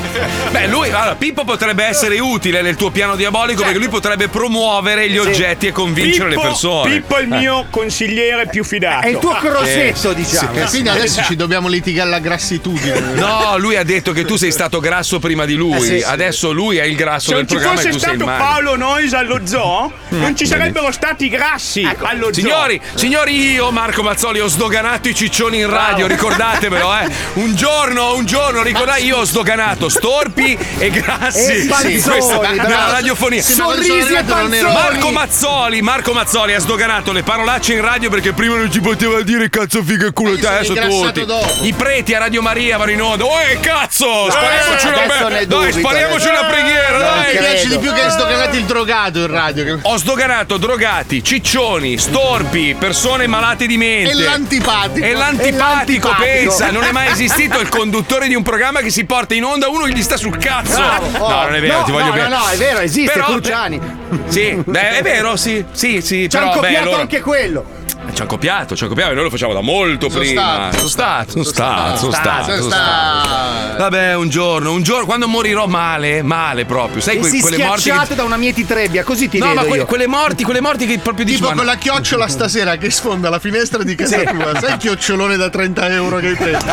Beh, lui, allora, Pippo potrebbe essere utile nel tuo piano diabolico perché lui potrebbe promuovere gli
Certo. Sì.
oggetti e convincere
Pippo-
le persone. Eh.
Pippo è il mio consigliere più fidato.
È il tuo crossetto, diciamo.
Eh, E quindi adesso
Esatto.
ci dobbiamo litigare la grassitudine.
No, lui ha detto che tu sei stato grasso prima di lui.
Eh, sì, sì.
Adesso lui è il
Se
grasso del
non ci
programma e
fosse
tu sei il
stato
male.
Paolo Nois allo zoo, non ci sarebbero stati i grassi allo
Ecco, Signori,
zoo.
signori, io Marco Mazzoli ho sdoganato i ciccioni in radio, ricordatevelo, eh. Un giorno, un giorno, ricordate, io ho sdoganato storpi e grassi.
E
in
panzoni,
questa-
dai.
nella radiofonia.
Sì, ma quando sono Sorrisi e arrivato non ero- panzoni.
Marco Mazzoli, Marco Mazzoli ha sdoganato le parolacce in radio perché prima non ci poteva dire cazzo figa e culo
Io sono
adesso
ingrassato
tutti.
dopo.
I preti a Radio Maria vanno in onda. Oh, cazzo!
No,
Spariamoci
adesso-
Eh,
una
adesso ne
be- Dai,
dubito,
spariamoci
adesso.
una preghiera,
No,
dai.
Mi piace di più che hai sdoganato il drogato in radio.
Ho sdoganato drogati, ciccioni, storpi, persone malate di mente.
E l'antipatico.
E l'antipatico,
E l'antipatico.
pensa, non è mai esistito il conduttore di un programma che si porta in onda uno che gli sta sul cazzo.
Bravo.
No, non è vero,
Ah, oh. No,
ti voglio
no,
bene.
no, no, è vero, esiste,
Però-
Cruciani.
Sì, beh, è vero, sì, sì, sì,
Ci hanno
però beh,
copiato
allora-
anche quello.
Ci hanno copiato, ci hanno copiato, e noi lo facciamo da molto
Sono
prima.
stato,
Sono stato, sono stato,
stato,
sono stato,
sono
sono stato. Vabbè, un giorno, un giorno, quando morirò male, male proprio. Sai,
e
que-
si
quelle morti.
schiacciato
che-
da una mietitrebbia, così ti
No,
vedo
ma que-
io.
quelle morti, quelle morti che proprio dici.
Tipo
"Ma no".
quella chiocciola stasera che sfonda la finestra di casa
Sì.
tua. Sai il chiocciolone da 30 euro che hai preso?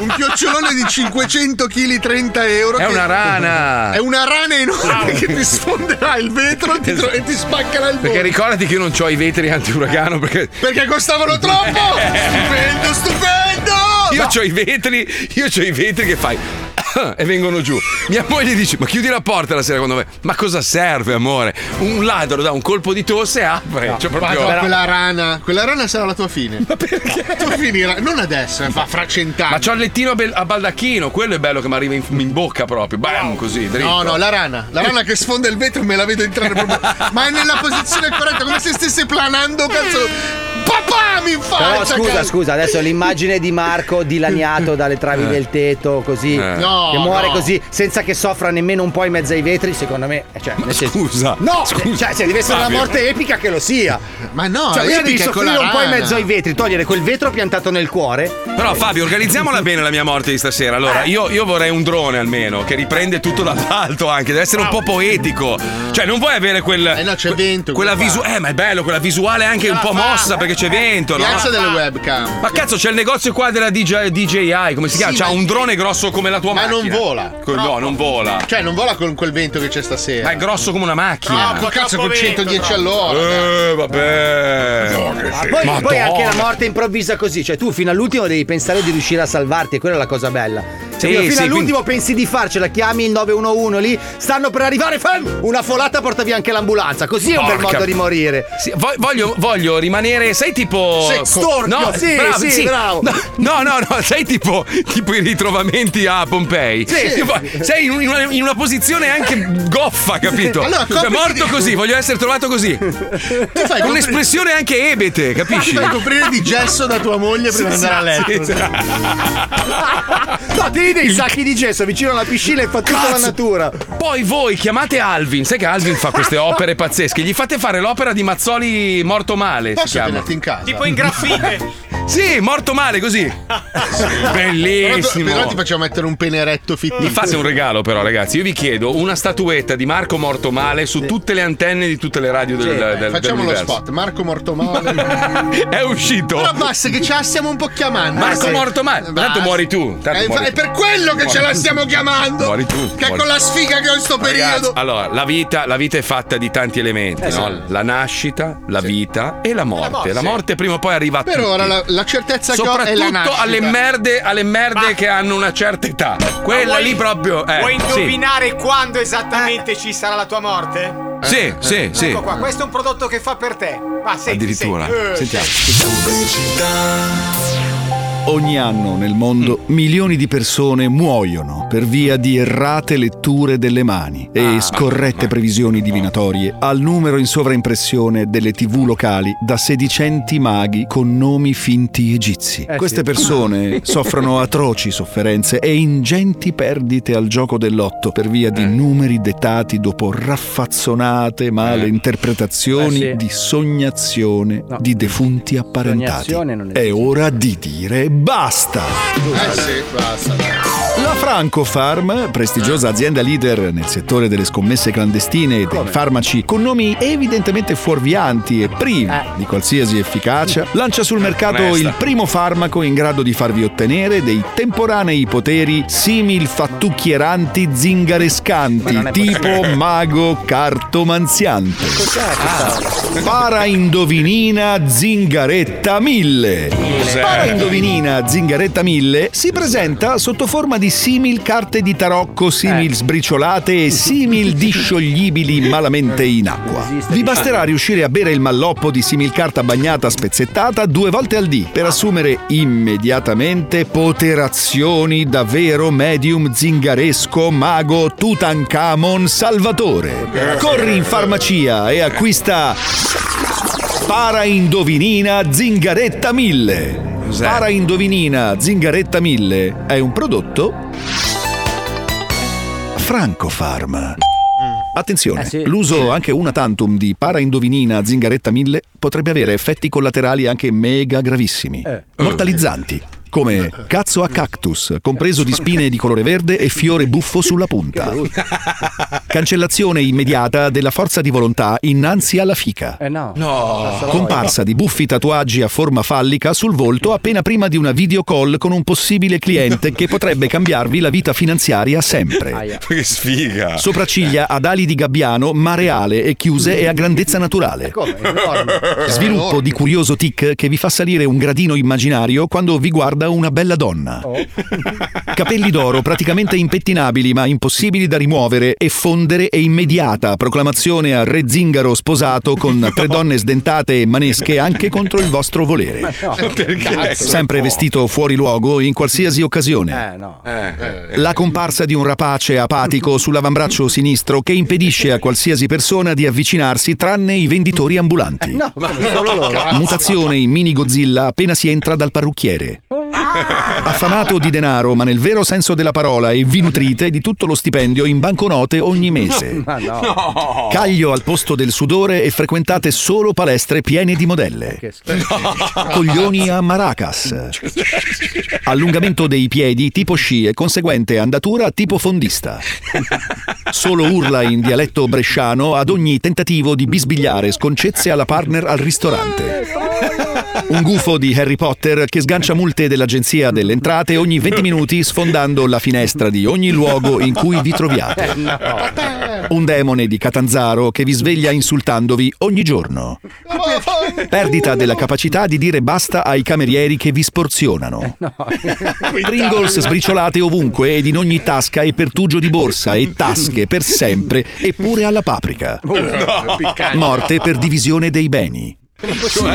Un chiocciolone di 500 kg 30 euro.
È
che-
una rana.
È una rana enorme che ti sfonderà il vetro e ti, tro- e ti spaccherà il
Perché
bordo.
ricordati che io non ho i vetri anti-uragano perché.
Perché costavano troppo! Stupendo, stupendo!
Io ho i vetri, io ho i vetri che fai. E vengono giù. Mia moglie dice: Ma chiudi la porta la sera quando vai. Ma cosa serve, amore? Un ladro dà un colpo di tosse e apre. Cioè, proprio-
Madonna, quella rana, quella rana sarà la tua fine. Ma perché? Tu finirai, non adesso, ma fra
Ma
cent'anni.
c'ho il lettino a bel- a baldacchino, quello è bello che mi arriva in, in bocca proprio. Bam, così. Dritto.
No, no, la rana. La rana che sfonda il vetro me la vedo entrare proprio. Ma è nella posizione corretta, come se stesse planando, cazzo. Papà mi
Però
faccia!
scusa,
cazzo.
scusa, adesso l'immagine di Marco dilaniato dalle
Eh.
travi del tetto, così
Eh. No,
che muore
no.
così, senza che soffra nemmeno un po' in mezzo ai vetri, secondo me. eh, Cioè, nel senso-
scusa. Ah,
No! Cioè, se deve essere una
Fabio.
morte epica che lo sia.
Ma no,
cioè, io
epica
devi
è con
soffrire
la
un po' in
rana.
mezzo ai vetri, togliere quel vetro piantato nel cuore.
Però Fabio, organizziamola bene la mia morte di stasera. Allora, io, io vorrei un drone almeno, che riprende tutto dall'alto anche. Deve essere un po' poetico. Cioè, non vuoi avere quel. Eh no, c'è vento. Quella
come fa?
visuale. Eh, ma è bello, quella visuale anche un po' mossa perché c'è vento, no?
Piazza delle webcam.
Ma cazzo, c'è il negozio qua della DJ DJI, come si
Sì,
chiama? C'ha
ma-
un drone grosso come la tua
Ma
macchina.
non vola.
Co- No, non vola.
Cioè, non vola con quel vento che c'è stasera.
Ma è grosso come una macchina.
Troppo, cazzo, con 110 all'ora.
Eh, vabbè.
Ma Ah, poi, poi anche la morte improvvisa così, cioè tu fino all'ultimo devi pensare di riuscire a salvarti, e quella è la cosa bella. Cioè,
Sì,
fino
sì,
all'ultimo pensi di farcela, chiami il 911 lì, stanno per arrivare, fam! Una folata porta via anche l'ambulanza, così è un bel
Porca-
modo di morire.
Sì, vo- voglio, voglio rimanere, sai tipo.
Sì, storpio, sì, sì, bravo.
No, no, no, no, sai tipo, tipo i ritrovamenti a Pompei.
Sì.
Tipo, sei in un- in una, in una posizione anche goffa, capito?
Allora,
cioè,
compiti
morto
di-
così, voglio essere trovato così.
fai
Con
compri-
un'espressione anche ebete,
Ti
capisci?
fai coprire di gesso da tua moglie prima di
Sì,
andare a
sì,
letto.
No, tieni dei sacchi di gesso vicino alla piscina e fa tutta la
Cazzo.
natura.
Poi voi chiamate Alvin, sai che Alvin fa queste opere pazzesche, gli fate fare l'opera di Mazzoli morto male, Eh, si
Posso
chiama.
tenerti in casa?
Tipo in graffite. sì, morto male così. Bellissimo.
Però ti facciamo mettere un peneretto
Mi
fittizio.
fate un regalo però ragazzi, io vi chiedo una statuetta di Marco Morto Male su tutte le antenne di tutte le radio del, del, del
Facciamo lo
dell'universo.
spot. Marco Mortomale.
È uscito.
Però basta che ce la stiamo un po' chiamando.
Marco
Sì. Eh,
Morto Male. Tanto
Basta.
muori tu. Tanto
Eh, infa-
muori
è
tu.
per quello che ce la
Muori.
stiamo chiamando.
Muori tu.
Che
muori
con
tu.
la sfiga che ho in sto
Ragazzi,
periodo.
Allora, la vita, la vita è fatta di tanti elementi,
Eh,
no?
sì.
La nascita, la vita e la morte. La morte,
morte.
prima o poi arriva a
Per
tutti.
ora la, la certezza che ho è la
Soprattutto
nascita.
alle merde, alle merde che hanno una certa età. Quella
vuoi-
lì proprio. Eh,
Vuoi
sì.
indovinare quando esattamente ci sarà la tua morte?
Sì, sì,
Eh,
sì.
Eh. Ecco qua, questo è un prodotto che fa per te. Ma Ah, senti,
Addirittura.
senti. Eh,
Sentiamo.
senti.
Ogni anno nel mondo
Mm.
milioni di persone muoiono per via di errate letture delle mani
Ah,
e scorrette previsioni divinatorie al numero in sovraimpressione delle tv locali da sedicenti maghi con nomi finti egizi.
Eh,
sì.
Queste persone soffrono atroci sofferenze e ingenti perdite al gioco del lotto per via
Eh.
di numeri dettati dopo raffazzonate male interpretazioni
Eh sì.
di sognazione di defunti apparentati.
Sognazione non
È ora di dire basta!
Eh sì, basta.
La Francofarm, prestigiosa azienda leader nel settore delle scommesse clandestine e dei farmaci, con nomi evidentemente fuorvianti e privi
Eh.
di qualsiasi efficacia, lancia sul mercato
Onesta.
il primo farmaco in grado di farvi ottenere dei temporanei poteri simil fattucchieranti
Ma non
zingarescanti,
è
tipo
possibile.
mago cartomanziante. Para indovinina zingaretta 1000.
Cos'è?
Para indovinina zingaretta 1000 si presenta sotto forma di simil carte di tarocco, simil sbriciolate e simil discioglibili malamente in acqua. Vi basterà riuscire a bere il malloppo di simil carta bagnata spezzettata due volte al dì per assumere immediatamente poterazioni da vero medium zingaresco mago Tutankhamon Salvatore. Eh. Corri in farmacia e acquista Para Indovinina Zingaretta 1000. Para Indovinina Zingaretta 1000 è un prodotto Francofarm. Attenzione, l'uso anche una tantum di para indovinina zingaretta 1000 potrebbe avere effetti collaterali anche mega gravissimi,
Eh.
mortalizzanti, come cazzo a cactus, compreso di spine di colore verde e fiore buffo sulla punta. Cancellazione immediata della forza di volontà innanzi alla fica.
Eh no.
Comparsa di buffi tatuaggi a forma fallica sul volto appena prima di una video call con un possibile cliente che potrebbe cambiarvi la vita finanziaria sempre.
Che sfiga.
Sopracciglia ad ali di gabbiano, mareale e chiuse e a grandezza naturale. Sviluppo di curioso tic che vi fa salire un gradino immaginario quando vi guarda una bella donna. Capelli d'oro praticamente impettinabili ma impossibili da rimuovere e fondere e immediata proclamazione a re zingaro sposato con tre donne sdentate e manesche anche contro il vostro volere.
Perché?
Sempre vestito fuori luogo in qualsiasi occasione. La comparsa di un rapace apatico sull'avambraccio sinistro che impedisce a qualsiasi persona di avvicinarsi tranne i venditori ambulanti.
No, solo loro.
Mutazione in mini Godzilla appena si entra dal parrucchiere. Affamato di denaro, ma nel vero senso della parola, e vi nutrite di tutto lo stipendio in banconote ogni mese.
Ma no.
Caglio al posto del sudore e frequentate solo palestre piene di modelle. Coglioni a Maracas.
Cioè,
Allungamento dei piedi tipo sci e conseguente andatura tipo fondista. Solo urla in dialetto bresciano ad ogni tentativo di bisbigliare sconcezze alla partner al ristorante. Un gufo di Harry Potter che sgancia multe dell'agenzia delle entrate ogni 20 minuti sfondando la finestra di ogni luogo in cui vi troviate. Un demone di Catanzaro che vi sveglia insultandovi ogni giorno. Perdita della capacità di dire basta ai camerieri che vi sporzionano. Pringles sbriciolate ovunque ed in ogni tasca e pertugio di borsa e tasche per sempre eppure alla paprika. Morte per divisione dei beni.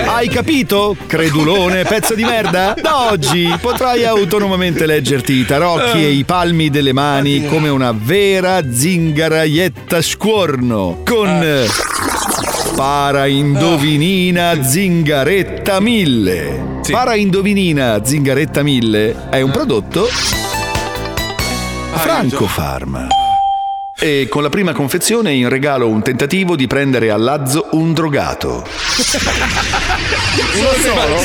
Hai capito, credulone, pezzo di merda? Da oggi potrai autonomamente leggerti i tarocchi e i palmi delle mani come una vera zingaraietta scuorno
Eh.
con Para Indovinina Zingaretta 1000. Para Indovinina Zingaretta
Eh. Ah,
1000 è un prodotto Francofarm. E con la prima confezione in regalo un tentativo di prendere a Lazzo un drogato.
Uno solo?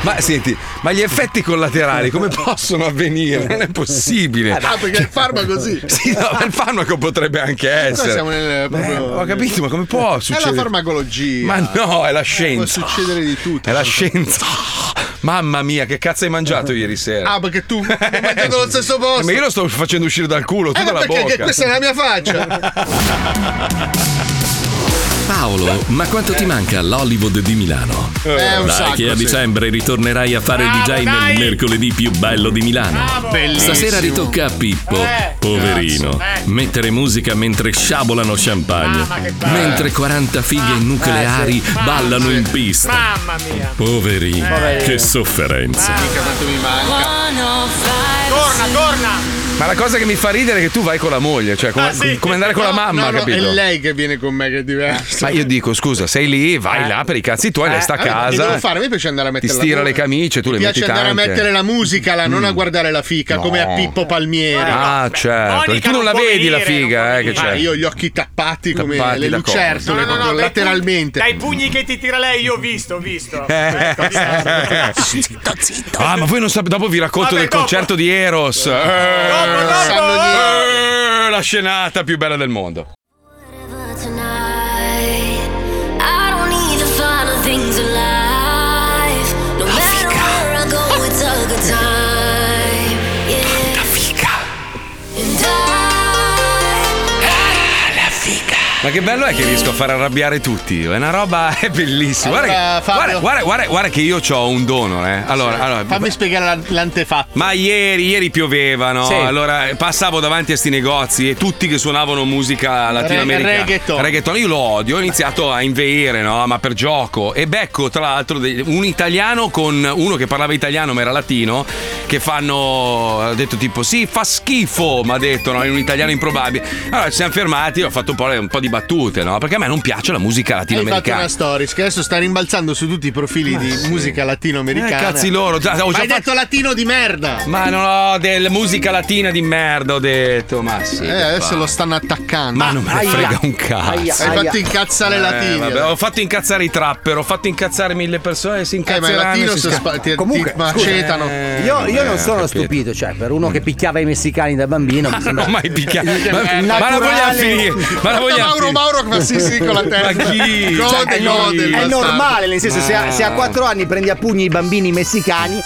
Ma senti, ma gli effetti collaterali come possono avvenire? Non è possibile.
Ah, perché il farmaco sì.
Eh, Sì, no, ma il farmaco potrebbe anche
Noi
essere. Eh,
siamo nel proprio-
Ho capito, ma come può succedere?
È la farmacologia.
Ma no, è la
Eh, Può
scienza.
succedere di tutto.
È la scienza. Mamma mia, che cazzo hai mangiato ieri sera? Eh,
Ah, perché tu hai mangiato lo stesso posto.
Ma io lo sto facendo uscire dal culo, tu
Eh, ma
dalla
perché
bocca.
che questa è la mia faccia.
Paolo, ma quanto ti manca l'Hollywood di Milano?
Eh, un
dai
sacco,
che a
sì.
dicembre ritornerai a fare il DJ nel mercoledì più bello di Milano.
Ah, Bellissimo. Eh,
Stasera ritocca a Pippo, poverino, mettere musica mentre sciabolano champagne, mentre 40 figlie nucleari
eh,
ballano in pista.
Mamma mia.
Poverino,
Poverino.
che sofferenza.
Mica quanto mi manca.
Torna, torna.
Ma la cosa che mi fa ridere è che tu vai con la moglie, cioè come, come andare con la
Ah, No,
mamma,
no, no,
capito?
È lei che viene con me che è diverso.
Ma io dico, scusa, sei lì, vai là per i cazzi tuoi, lei sta a
Eh, Che
casa.
devo fare? A me piace andare a
ti
mettere
stira
la
le camicie, tu
Mi
le metti
piace andare a
tante.
mettere la musica, là, non a guardare la fica,
Mm. No.
come a Pippo Palmieri.
Ah, certo. tu non la vedi la figa, eh, che
Ah,
c'è.
io gli occhi tappati come
Tappati
le
da
lucertole,
cosa? No, no,
proprio
no, dai
lateralmente.
Ecco, Dai pugni che ti tira lei, io ho visto, ho visto.
Eh.
Eh.
Ecco, ho visto.
Zitto, zitto. Ah, ma voi non sapete. Dopo vi racconto del concerto di Eros. Eh, eh, la scenata più bella del mondo.
I don't need the final things in life. No matter where I go, it's a good time. Yeah. La figa. And I, Ah, la figa.
Ma che bello è che riesco a far arrabbiare tutti. È una roba è bellissima. Guarda,
Allora,
che,
Fabio-
guarda, guarda- guarda- guarda che io ho un dono, eh. Allora, allora,
Fammi spiegare la- l'antefatto.
Ma ieri, ieri pioveva, no?
Sì.
Allora eh, passavo davanti a sti negozi e tutti che suonavano musica latinoamericana.
reggaeton.
Reggaeton. Io lo odio, ho iniziato a inveire, no? Ma per gioco. E becco, tra l'altro, dei- un italiano con uno che parlava italiano ma era latino, che fanno, ha detto tipo, sì, fa schifo, mi ha detto, no? In un italiano improbabile. Allora ci siamo fermati, ho fatto un po', le- un po' di battute, no? Perché a me non piace la musica
Hai fatto
latinoamericana.
Eh, una stories che adesso sta rimbalzando su tutti i profili di musica latinoamericana.
Eh, cazzi loro, già- ho
Ma
già
hai
fatto-
detto latino di merda.
Ma non ho del musica latina di merda, ho detto, ma sì.
Eh,
che
adesso
fa?
lo stanno attaccando.
Ma non me ne frega un cazzo.
Aia, Hai aia. fatto incazzare la
Eh,
tigre.
vabbè, ho fatto incazzare i trapper, ho fatto incazzare mille persone e si
Eh, ma i
incazzeranno.
latino
e si
se
sca-
spa- ti,
Comunque,
ti macetano.
scusa, eh, io, io non sono stupito, cioè, per uno che picchiava i messicani da bambino. mi sembra-
Non ho mai picchiato.
Il-
Ma,
il
ma la vogliamo
naturale-
finire? Ma la vogliamo
Mauro,
finire?
Mauro, ma sì, sì, con la testa.
Ma chi?
Gode,
Cioè,
È,
chi?
no- è normale, nel senso, se
Ma-
a, se a 4 anni prendi a pugni i bambini messicani,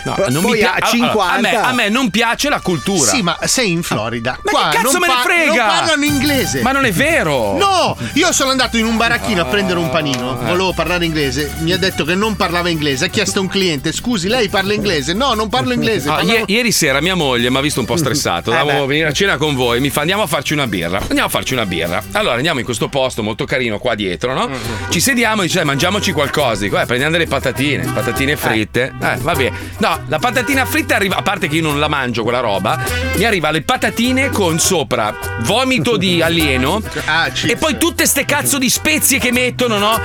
No,
poi
non mi pia-
a
allora,
50.
a, me, a me non piace la cultura.
Sì, ma sei in Florida.
Ma
Qua
che cazzo
non
me ne
pa-
frega?
Non parlano inglese.
Ma non è vero.
No, io sono andato in un baracchino a prendere un panino,
Eh.
volevo parlare inglese, mi ha detto che non parlava inglese, ha chiesto a un cliente, scusi, lei parla inglese? No, non parlo inglese.
Ah,
parlavo-
ie- ieri sera mia moglie mi ha visto un po' stressato.
Eh
Dovevo
beh.
venire a cena con voi. Mi fa andiamo a farci una birra. Andiamo a farci una birra. Allora andiamo in questo posto molto carino qua dietro, no?
Mm-hmm.
Ci sediamo e dice "Dai, mangiamoci qualcosa. Dico, eh, prendiamo delle patatine, patatine fritte. Eh, vabbè. No, la patatina fritta arriva, a parte che io non la mangio quella roba, mi arriva le patatine con sopra vomito di alieno.
Ah,
e poi tutte ste cazzo di spezie che mettono, no?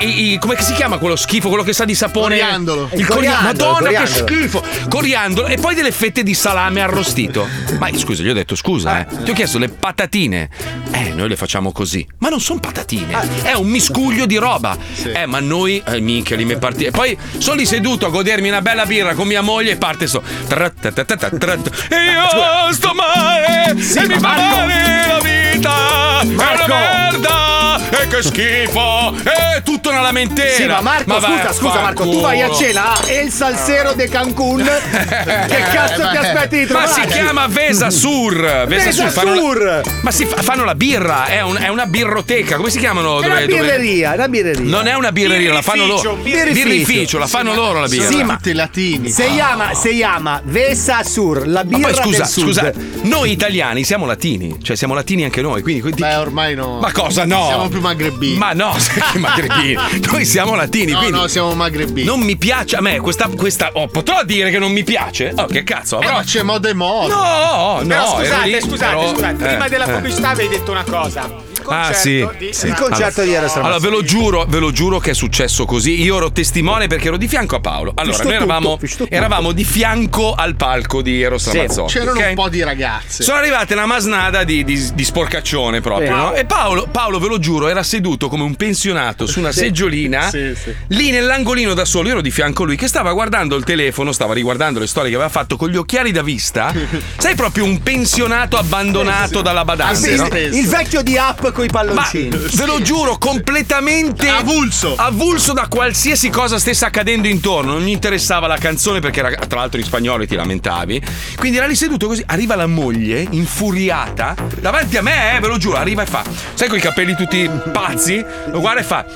I- i- come si chiama quello schifo, quello che sa di sapone?
Coriandolo.
Il coriandolo.
Coriandolo,
Madonna, che
coriandolo.
schifo schifo. Coriandolo e poi delle fette di salame arrostito. Ma scusa, gli ho detto scusa, eh. Ti ho chiesto le patatine. Eh, noi le facciamo così. Ma non sono
Ah.
patatine, è un miscuglio di roba. Eh, ma noi, eh, minchia, li mi è partito. E poi sono lì seduto a godermi una bella birra con mia moglie e parte sto. tra, ta, ta, ta, ta, tra, ta.
Ecco.
E io sto male e mi fa male la vita. ah, È una merda e che schifo. È tutta una lamentela.
Sì, ma Marco, scusa, scusa Marco, tu vai a
vaffanculo.
cena a El Salsero de Cancun. Eh, che cazzo ti aspetti di
Eh, Ma
trovare?
si chiama Vesasur.
Vesasur.
fanno la- ma si fa- fanno la birra, è, un- è una birroteca. Come si chiamano?
È una
Dove- dove-
birreria, è una birreria.
Non è una birreria, la fanno loro.
Birrificio.
Birrificio, la fanno loro la birra.
Sì, ma
tutti latini.
Si chiama, si chiama Vesa Sur, la
Ma
birra
poi scusa,
del sud.
scusa, noi italiani siamo latini, cioè siamo latini anche noi, quindi quindi-
Beh, ormai no.
Ma cosa no?
Siamo più magrebini.
Ma no, che magrebini. Noi siamo latini,
No,
quindi
no, siamo magrebini.
non mi piace a me questa questa oh, potrò dire che non mi piace? Oh, che cazzo,
Eh,
avrò
ma c'è modo e modo.
No, no,
Però
ero
scusate,
lì,
scusate,
ero-
scusate.
eh,
prima della
eh.
pubblicità avevi detto una cosa.
Ah, sì.
di-
sì.
Il
concerto di Eros
Allora,
Ramazzotti.
ve lo giuro, ve lo giuro che è successo così. Io ero testimone perché ero di fianco a Paolo. Allora,
Visto
noi eravamo,
tutto, visto tutto.
eravamo di fianco al palco di Eros Ramazzotti.
C'erano
ok?
un po' di ragazze.
Sono arrivate una masnada di, di- di sporcaccione proprio.
Sì.
no? E Paolo, Paolo, ve lo giuro, era seduto come un pensionato su una
Sì.
seggiolina.
Sì, sì.
Lì nell'angolino da solo, io ero di fianco a lui, che stava guardando il telefono, stava riguardando le storie che aveva fatto con gli occhiali da vista. Sai, proprio un pensionato abbandonato dalla badante. no?
il, il vecchio di app coi palloncini.
Ve lo giuro, completamente avulso. avulso da qualsiasi cosa stesse accadendo intorno. Non gli interessava la canzone perché era tra l'altro in spagnolo e ti lamentavi. Quindi era lì seduto così. Arriva la moglie, infuriata, davanti a me, eh, ve lo giuro, arriva e fa. Sai con i capelli tutti pazzi? Lo guarda e fa.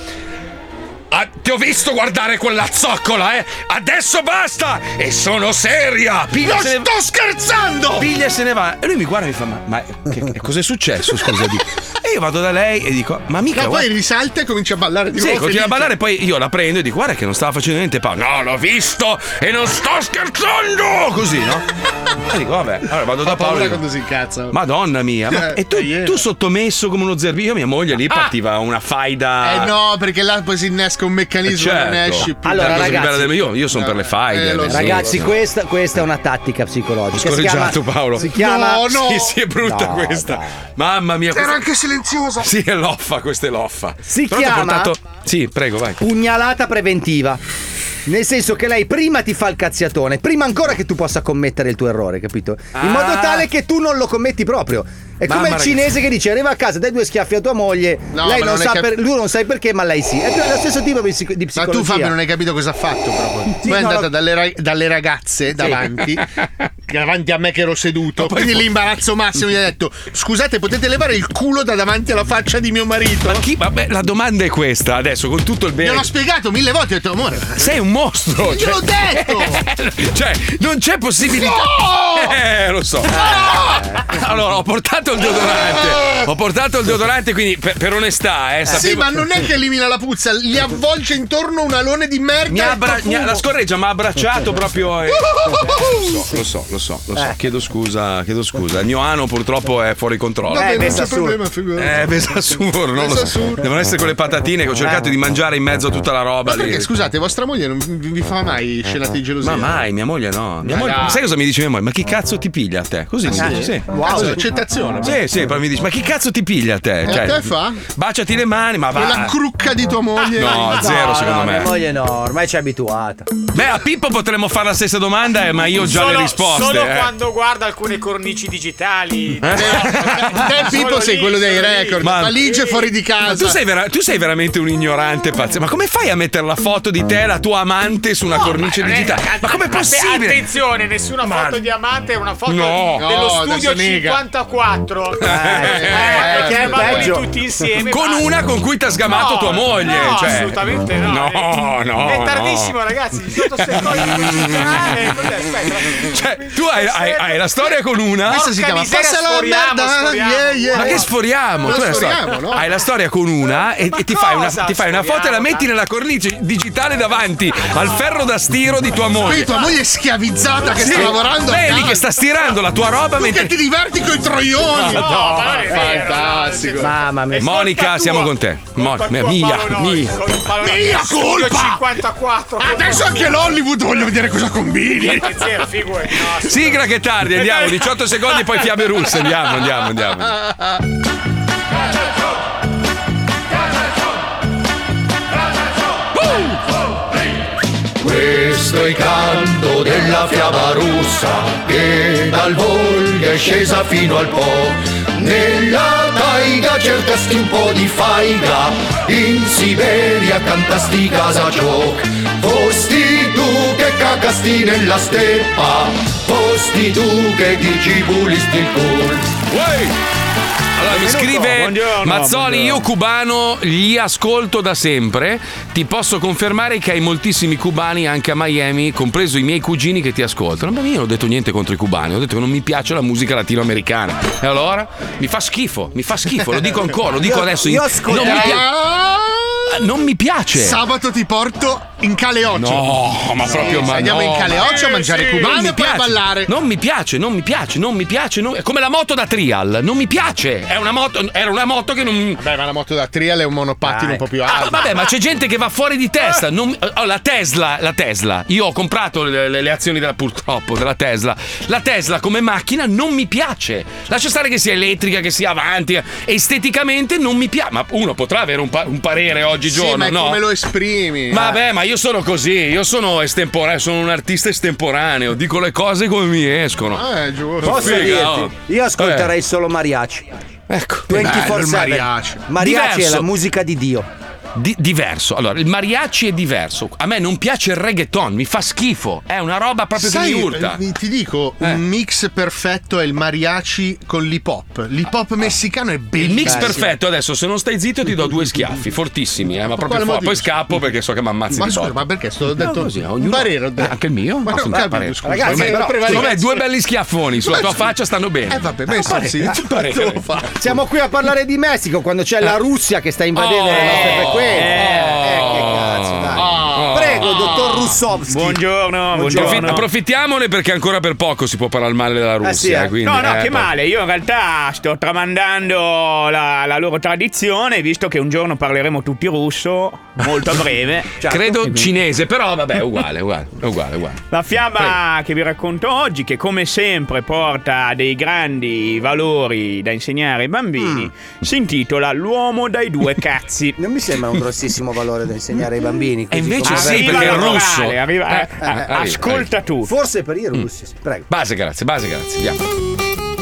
"Ah, ti ho visto guardare quella zoccola, eh! Adesso basta! E sono seria!
Non
sto scherzando! Piglia e se ne va. E lui mi guarda e mi fa: Ma, ma che- che- cos'è successo? Scusa. dico. E io vado da lei e dico: Ma mica.
Ma
guarda-
poi risalta e comincia a ballare di
sì,
nuovo.
continua a
felice.
ballare, poi io la prendo e dico: Guarda, che non stava facendo niente. Paolo, no, l'ho visto e non sto scherzando! Così, no? E dico: Vabbè, allora vado da
Ho
Paolo.
paura
e dico,
quando si incazza.
Madonna mia, ma-
Eh, Ah!
e tu, tu sottomesso come uno zerbino? Io, mia moglie lì partiva una faida.
Eh no, perché là poi si innesca un meccanismo e non
certo.
esci più.
Allora, ragazzi, io, io sono per le faide.
Eh, lo
adesso.
Ragazzi, questa, questa è una tattica psicologica. Si chiama-
Scorreggiato, Paolo.
Si chiama.
Sì, sì, è brutta
No,
questa. Mamma mia.
Era
questa-
anche
silenziosa.
Sì, è loffa, questa è loffa.
Si
Però ti ho
chiama-
portato- Sì, prego, vai.
pugnalata preventiva. Nel senso che lei prima ti fa il cazziatone, prima ancora che tu possa commettere il tuo errore, capito? In
Ah.
modo tale che tu non lo commetti proprio. È
Mamma
come il
ragazzi.
cinese che dice: arriva a casa, dai due schiaffi a tua moglie,
No,
lei
ma
non
non è
sa
cap-
per- lui non sai perché, ma lei sì. È più- lo stesso tipo di, psico- di
Ma
psicologia.
tu Fabio non hai capito cosa ha fatto proprio.
Sì,
Poi è
no,
andata
no.
dalle, ra- dalle ragazze davanti, davanti a me che ero seduto. Quindi l'imbarazzo massimo gli ha detto: Scusate, potete levare il culo da davanti alla faccia di mio marito?
Ma chi? Vabbè, la domanda è questa adesso, con tutto il bene.
Gliel'ho spiegato mille volte, ho detto, amore.
Sei un mostro!
Gliel'ho detto!
cioè, non c'è possibilità.
No!
Eh, lo so. Eh, Allora, ho portato il deodorante. Ho portato il deodorante, quindi per, per onestà, eh,
Sì,
sapevo-
ma non è che elimina la puzza, gli avvolge intorno un alone di merda.
Mi ha abbra-
e fa
mi ha- la
fumo.
scorreggia mi ha abbracciato proprio. eh. Lo so, lo so, lo so, lo
Eh.
so. Chiedo scusa, chiedo scusa. Il mio ano purtroppo è fuori controllo.
Vabbè, non c'è problema, figurati.
Eh, Besassur, non lo so. Devono essere quelle patatine che ho cercato di mangiare in mezzo a tutta la roba.
Eh. Ma perché,
Eh, lì. Eh,
scusate, vostra moglie non vi vi fa mai scenate di gelosia?
Ma mai, mia moglie no. Mia
Ma
moglie-
dai.
sai cosa mi dice mia moglie? Ma chi cazzo ti piglia a te? Così
Ah,
mi
sì?
dice, sì.
Wow. Cazzo, accettazione.
Sì, sì, poi mi dice, ma chi cazzo ti piglia a te? Cioè,
E a te fa?
Baciati le mani, ma Eh, certo. Ah, va.
la crucca di tua moglie?
No, zero secondo
no,
me.
Mia moglie no, ormai ci è abituata.
Beh, a Pippo potremmo fare la stessa domanda, eh, ma io ho già
Solo-
le risposte.
Solo
eh.
quando Eh, guarda alcune cornici digitali.
Te, Pippo, sei quello dei record.
Ma-
Valigie fuori di casa.
Ma tu sei, vera- tu sei veramente un ignorante pazzesco. Ma come fai a mettere la foto di te, la tua amante, su una cornice
non è-
digitale? Ma com'è
Atte-
possibile?
Attenzione, nessuna foto di amante, è una foto
No.
dello
No,
studio
adesso nega.
54. Eh,
perché
perché
è
eravamo lì
peggio.
tutti insieme.
Con
ma-
una con cui ti ha sgamato
No,
tua moglie.
no,
cioè.
assolutamente no. Eh,
No, no.
è
no.
tardissimo, ragazzi. 18 secondi di concettuale. eh, Cos'è? Aspetta.
Cioè, tu hai, hai- hai la storia con una.
Questa si Porca chiama miseria, "Passa la sforiamo, merda", sforiamo. yeah, yeah.
Ma che sforiamo?
Non
Tu hai la
sforiamo,
storia-
no?
Hai la storia con una e,
Ma
e ti, fai una,
cosa
ti fai una foto e la
sforiamo,
metti nella cornice digitale davanti al ferro da stiro di tua moglie.
Poi tua moglie è schiavizzata che
Sì.
sta lavorando. a
Lei è lì
casa.
che sta stirando la tua roba
Tu
mentre.
che ti diverti coi troioni.
No, no, ma non è vero,
fantastico. Mamma
Monica, siamo con te. Mo- mia,
Paolo
mia.
Mia
Studio
colpa!
54.
Adesso anche l'Hollywood voglio vedere cosa combini.
Zero, figure. No,
Sigla che è tardi, andiamo, 18 secondi poi fiabe russe, andiamo, andiamo, andiamo.
Questo è il canto della fiaba russa che dal Volga è scesa fino al Po. Nella taiga cercasti un po' di faiga, in Siberia cantasti Casaciok. Fosti tu che cacasti nella steppa, fosti tu che dici pulisti il cul.
Allora, mi scrive
Buongiorno,
Mazzoli, io cubano li ascolto da sempre. Ti posso confermare che hai moltissimi cubani anche a Miami, compreso i miei cugini che ti ascoltano. Ma io non ho detto niente contro i cubani, ho detto che non mi piace la musica latinoamericana. E allora? Mi fa schifo, mi fa schifo, lo dico ancora, lo dico
Io-
adesso.
io
in-
ascolto-
non mi piace. Eh, non mi piace.
Sabato ti porto in Caleoccio.
No, ma
Sì,
proprio ma
Andiamo
no,
in Caleoccio a
ma-
mangiare
Eh, sì. Non
cubano
mi
e poi a
piace,
ballare.
Non mi piace, non mi piace, non mi piace. non- È come la moto da trial, non mi piace. È una moto, era una moto che non.
Beh, ma la moto da trial è un monopattino un po' più
Ah,
alto.
vabbè, ma c'è gente che va fuori di testa. non- oh, la Tesla, la Tesla. Io ho comprato le, le- le azioni della purtroppo della Tesla. La Tesla come macchina non mi piace. Lascia stare che sia elettrica, che sia avanti. Esteticamente non mi piace. Ma uno potrà avere un, pa- un parere oggigiorno,
Sì, ma è
no?
come lo esprimi.
Vabbè, ma io sono così, io sono estemporaneo, sono un artista estemporaneo, dico le cose come mi escono.
Ah, è giusto.
Posso
Figa,
dirti?
oh.
Io ascolterei solo mariachi.
Ecco.
24
Bello il mariachi.
Mariachi è
Diverso.
la musica di Dio.
Di- diverso. Allora, il mariachi è diverso. A me non piace il reggaeton, mi fa schifo. È una roba proprio
Sai,
che mi urta.
eh, Ti dico, un mix perfetto è il mariachi con l'hip hop. L'hip hop messicano è
Il
bellissimo.
mix perfetto adesso, se non stai zitto ti do due schiaffi, fortissimi, eh, ma proprio
quale
fuori.
motivo?
Poi scappo perché so che mi ammazzi
Ma
di
scusa,
botte.
ma perché sto ho detto
No, così,
un
ognuno-
parere? ho detto.
Anche il mio?
Ma
Ma
non
sono
capito,
parere.
scusa.
Secondo
Ma
me- però,
prevarica-
secondo me due belli schiaffoni sulla
Ma
tua
sì.
faccia stanno bene. Ah,
Eh, vabbè, ma sono
Parere,
zitto,
parere.
te lo faccio.
Siamo qui a parlare di Messico quando c'è la Russia che sta invadendo le nostre frequenze. Eh, eh, che cazzo, dai. Prego, dottor Russovski.
Oh. Buongiorno,
Approfitt- approfittiamone perché ancora per poco si può parlare male della Russia.
eh.
quindi,
no, no,
eh,
che
poi-
male. Io in realtà sto tramandando la, la loro tradizione, visto che un giorno parleremo tutti russo, molto a breve.
Certo. Credo cinese, però vabbè, è uguale, è uguale, è uguale, è uguale.
La fiaba che vi racconto oggi, che come sempre porta dei grandi valori da insegnare ai bambini,
Mm.
si intitola L'uomo dai due cazzi.
Non mi sembra un grossissimo valore da insegnare ai bambini. così come-
Arriva,
Eh, eh, eh.
ascolta tu.
Forse per i russi, sì. prego.
Base, grazie, base, grazie. Andiamo.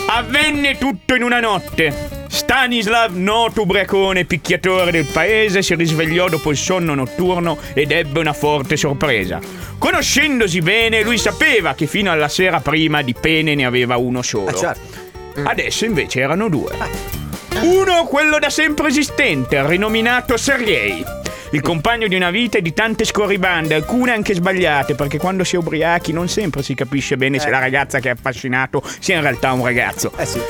Avvenne tutto in una notte. Stanislav, noto ubriacone picchiatore del paese, si risvegliò dopo il sonno notturno ed ebbe una forte sorpresa. Conoscendosi bene, lui sapeva che fino alla sera prima di pene ne aveva uno solo. Adesso invece erano due. Uno, quello da sempre esistente, rinominato Sergei. Il compagno di una vita e di tante scorribande, alcune anche sbagliate, perché quando si è ubriachi non sempre si capisce bene se la ragazza che è affascinato sia in realtà un ragazzo. Eh sì.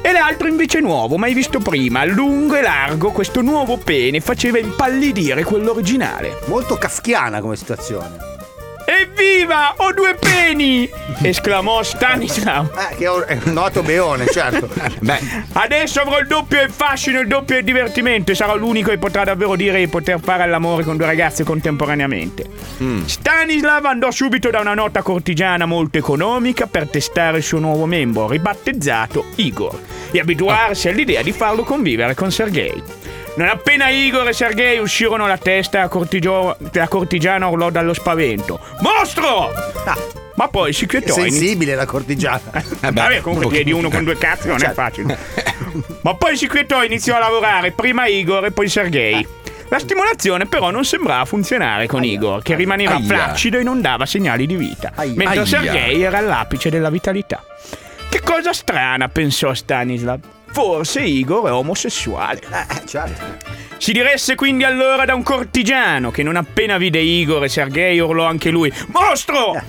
E l'altro invece nuovo, mai visto prima, lungo e largo, questo nuovo pene faceva impallidire quell'originale.
Molto kafkiana come situazione.
Evviva! Ho due peni! esclamò Stanislav.
Eh, che è un- è un noto beone, certo.
Adesso avrò il doppio il fascino, il doppio il divertimento e sarò l'unico che potrà davvero dire di poter fare l'amore con due ragazze contemporaneamente. Stanislav andò subito da una nota cortigiana molto economica per testare il suo nuovo membro, ribattezzato Igor, e abituarsi all'idea di farlo convivere con Sergei. Non appena Igor e Sergei uscirono la testa, la, cortigio- la cortigiana urlò dallo spavento: Mostro!
Ah.
Ma poi si
È
quietò. e iniziò-
sensibile la cortigiana.
Vabbè, comunque piedi uno con due cazzi non è facile. Ma poi si quietò e iniziò a lavorare, prima Igor e poi Sergei. La stimolazione però non sembrava funzionare con Igor, che rimaneva
Aia.
flaccido e non dava segnali di vita, mentre
Aia.
Sergei era all'apice della vitalità. Che cosa strana, pensò Stanislav. Forse Igor è omosessuale.
Eh, certo.
Si diresse quindi allora da un cortigiano che non appena vide Igor e Sergei urlò anche lui
Eh.
Mostro!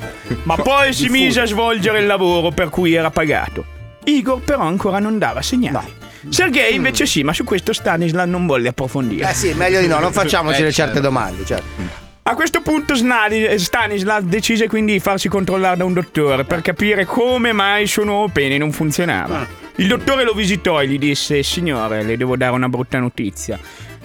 Ma poi si mise a svolgere il lavoro per cui era pagato. Igor però ancora non dava segnali. Sergei invece sì, ma su questo Stanislav non volle approfondire.
Mm. Eh sì, meglio di no, non facciamoci le certe domande, certo.
A questo punto Snali- Stanislav decise quindi di farsi controllare da un dottore per capire come mai il suo nuovo pene non funzionava. Il dottore lo visitò e gli disse: Signore, le devo dare una brutta notizia.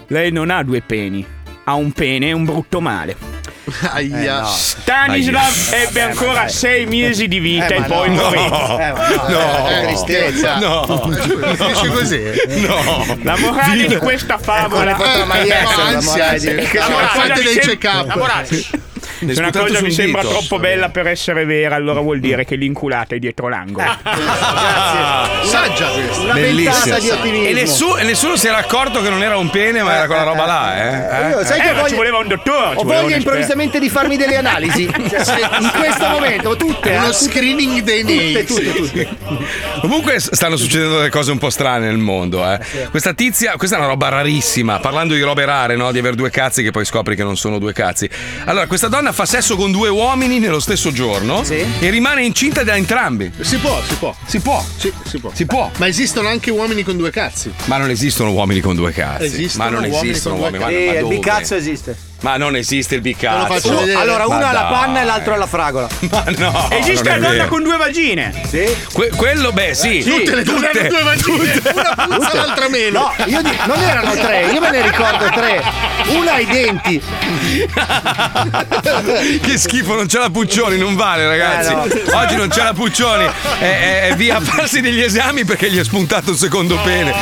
Lei non ha due peni, ha un pene e un brutto male.
Aia.
Stanislav
Eh, Aia.
ebbe
Vabbè, ma
ancora
dai.
sei mesi di vita
Eh,
e
ma
poi
no.
morì.
Eh, ma no. No. Eh, tristezza. No. Finisce così? No.
La morale
Vive.
di questa favola
Eh, ma io ho ansia, sì. Che sono fatte dei
Ah,
check-up.
La morale. Se una
sputato
cosa
su
mi
un
sembra
dito.
troppo bella per essere vera, allora vuol dire che l'inculata è dietro l'angolo.
Eh.
Saggia
una
questa.
Bellissimo. ventata di
E
ottimismo.
nessuno, e nessuno si era accorto che non era un pene, ma era quella roba là, eh?
Io, sai che
ma ci
voglio-
voleva un dottore.
Ho
ci voleva un
voglia
esperto.
improvvisamente di farmi delle analisi. Cioè, se- in questo momento, tutte. eh.
Uno screening dei
Tutte,
nei.
tutte,
Sì.
tutte.
Comunque s- stanno succedendo delle cose un po' strane nel mondo, eh. Questa tizia, questa è una roba rarissima, parlando di robe rare, no? Di avere due cazzi che poi scopri che non sono due cazzi. Allora, questa donna donna fa sesso con due uomini nello stesso giorno e rimane incinta da entrambi.
Si può, si può.
Si può.
Sì, si può.
Si può.
Ma esistono anche uomini con due cazzi.
Ma non esistono uomini con due cazzi.
Esistono
ma non
uomini
esistono
con due
uomini. Ma,
cazzi.
ma
Eh, il
dove?
Bicazzo esiste.
Ma non esiste il
Te lo
bicazzo.
faccio vedere. Allora, uno
Ma
ha la
dai.
panna e l'altro ha la fragola.
Ma no.
Esiste la
non è
donna
vero.
con due vagine.
Sì.
Que- quello, beh, sì.
Tutte le donne hanno due vagine.
Una puzza,
Tutte.
l'altra meno.
No, io di- non erano tre, io me ne ricordo tre. Una ai denti.
che schifo, non c'è la Puccioni, non vale ragazzi.
Eh,
Oggi non c'è la Puccioni. È, è- è via a farsi degli esami perché gli è spuntato il secondo pene.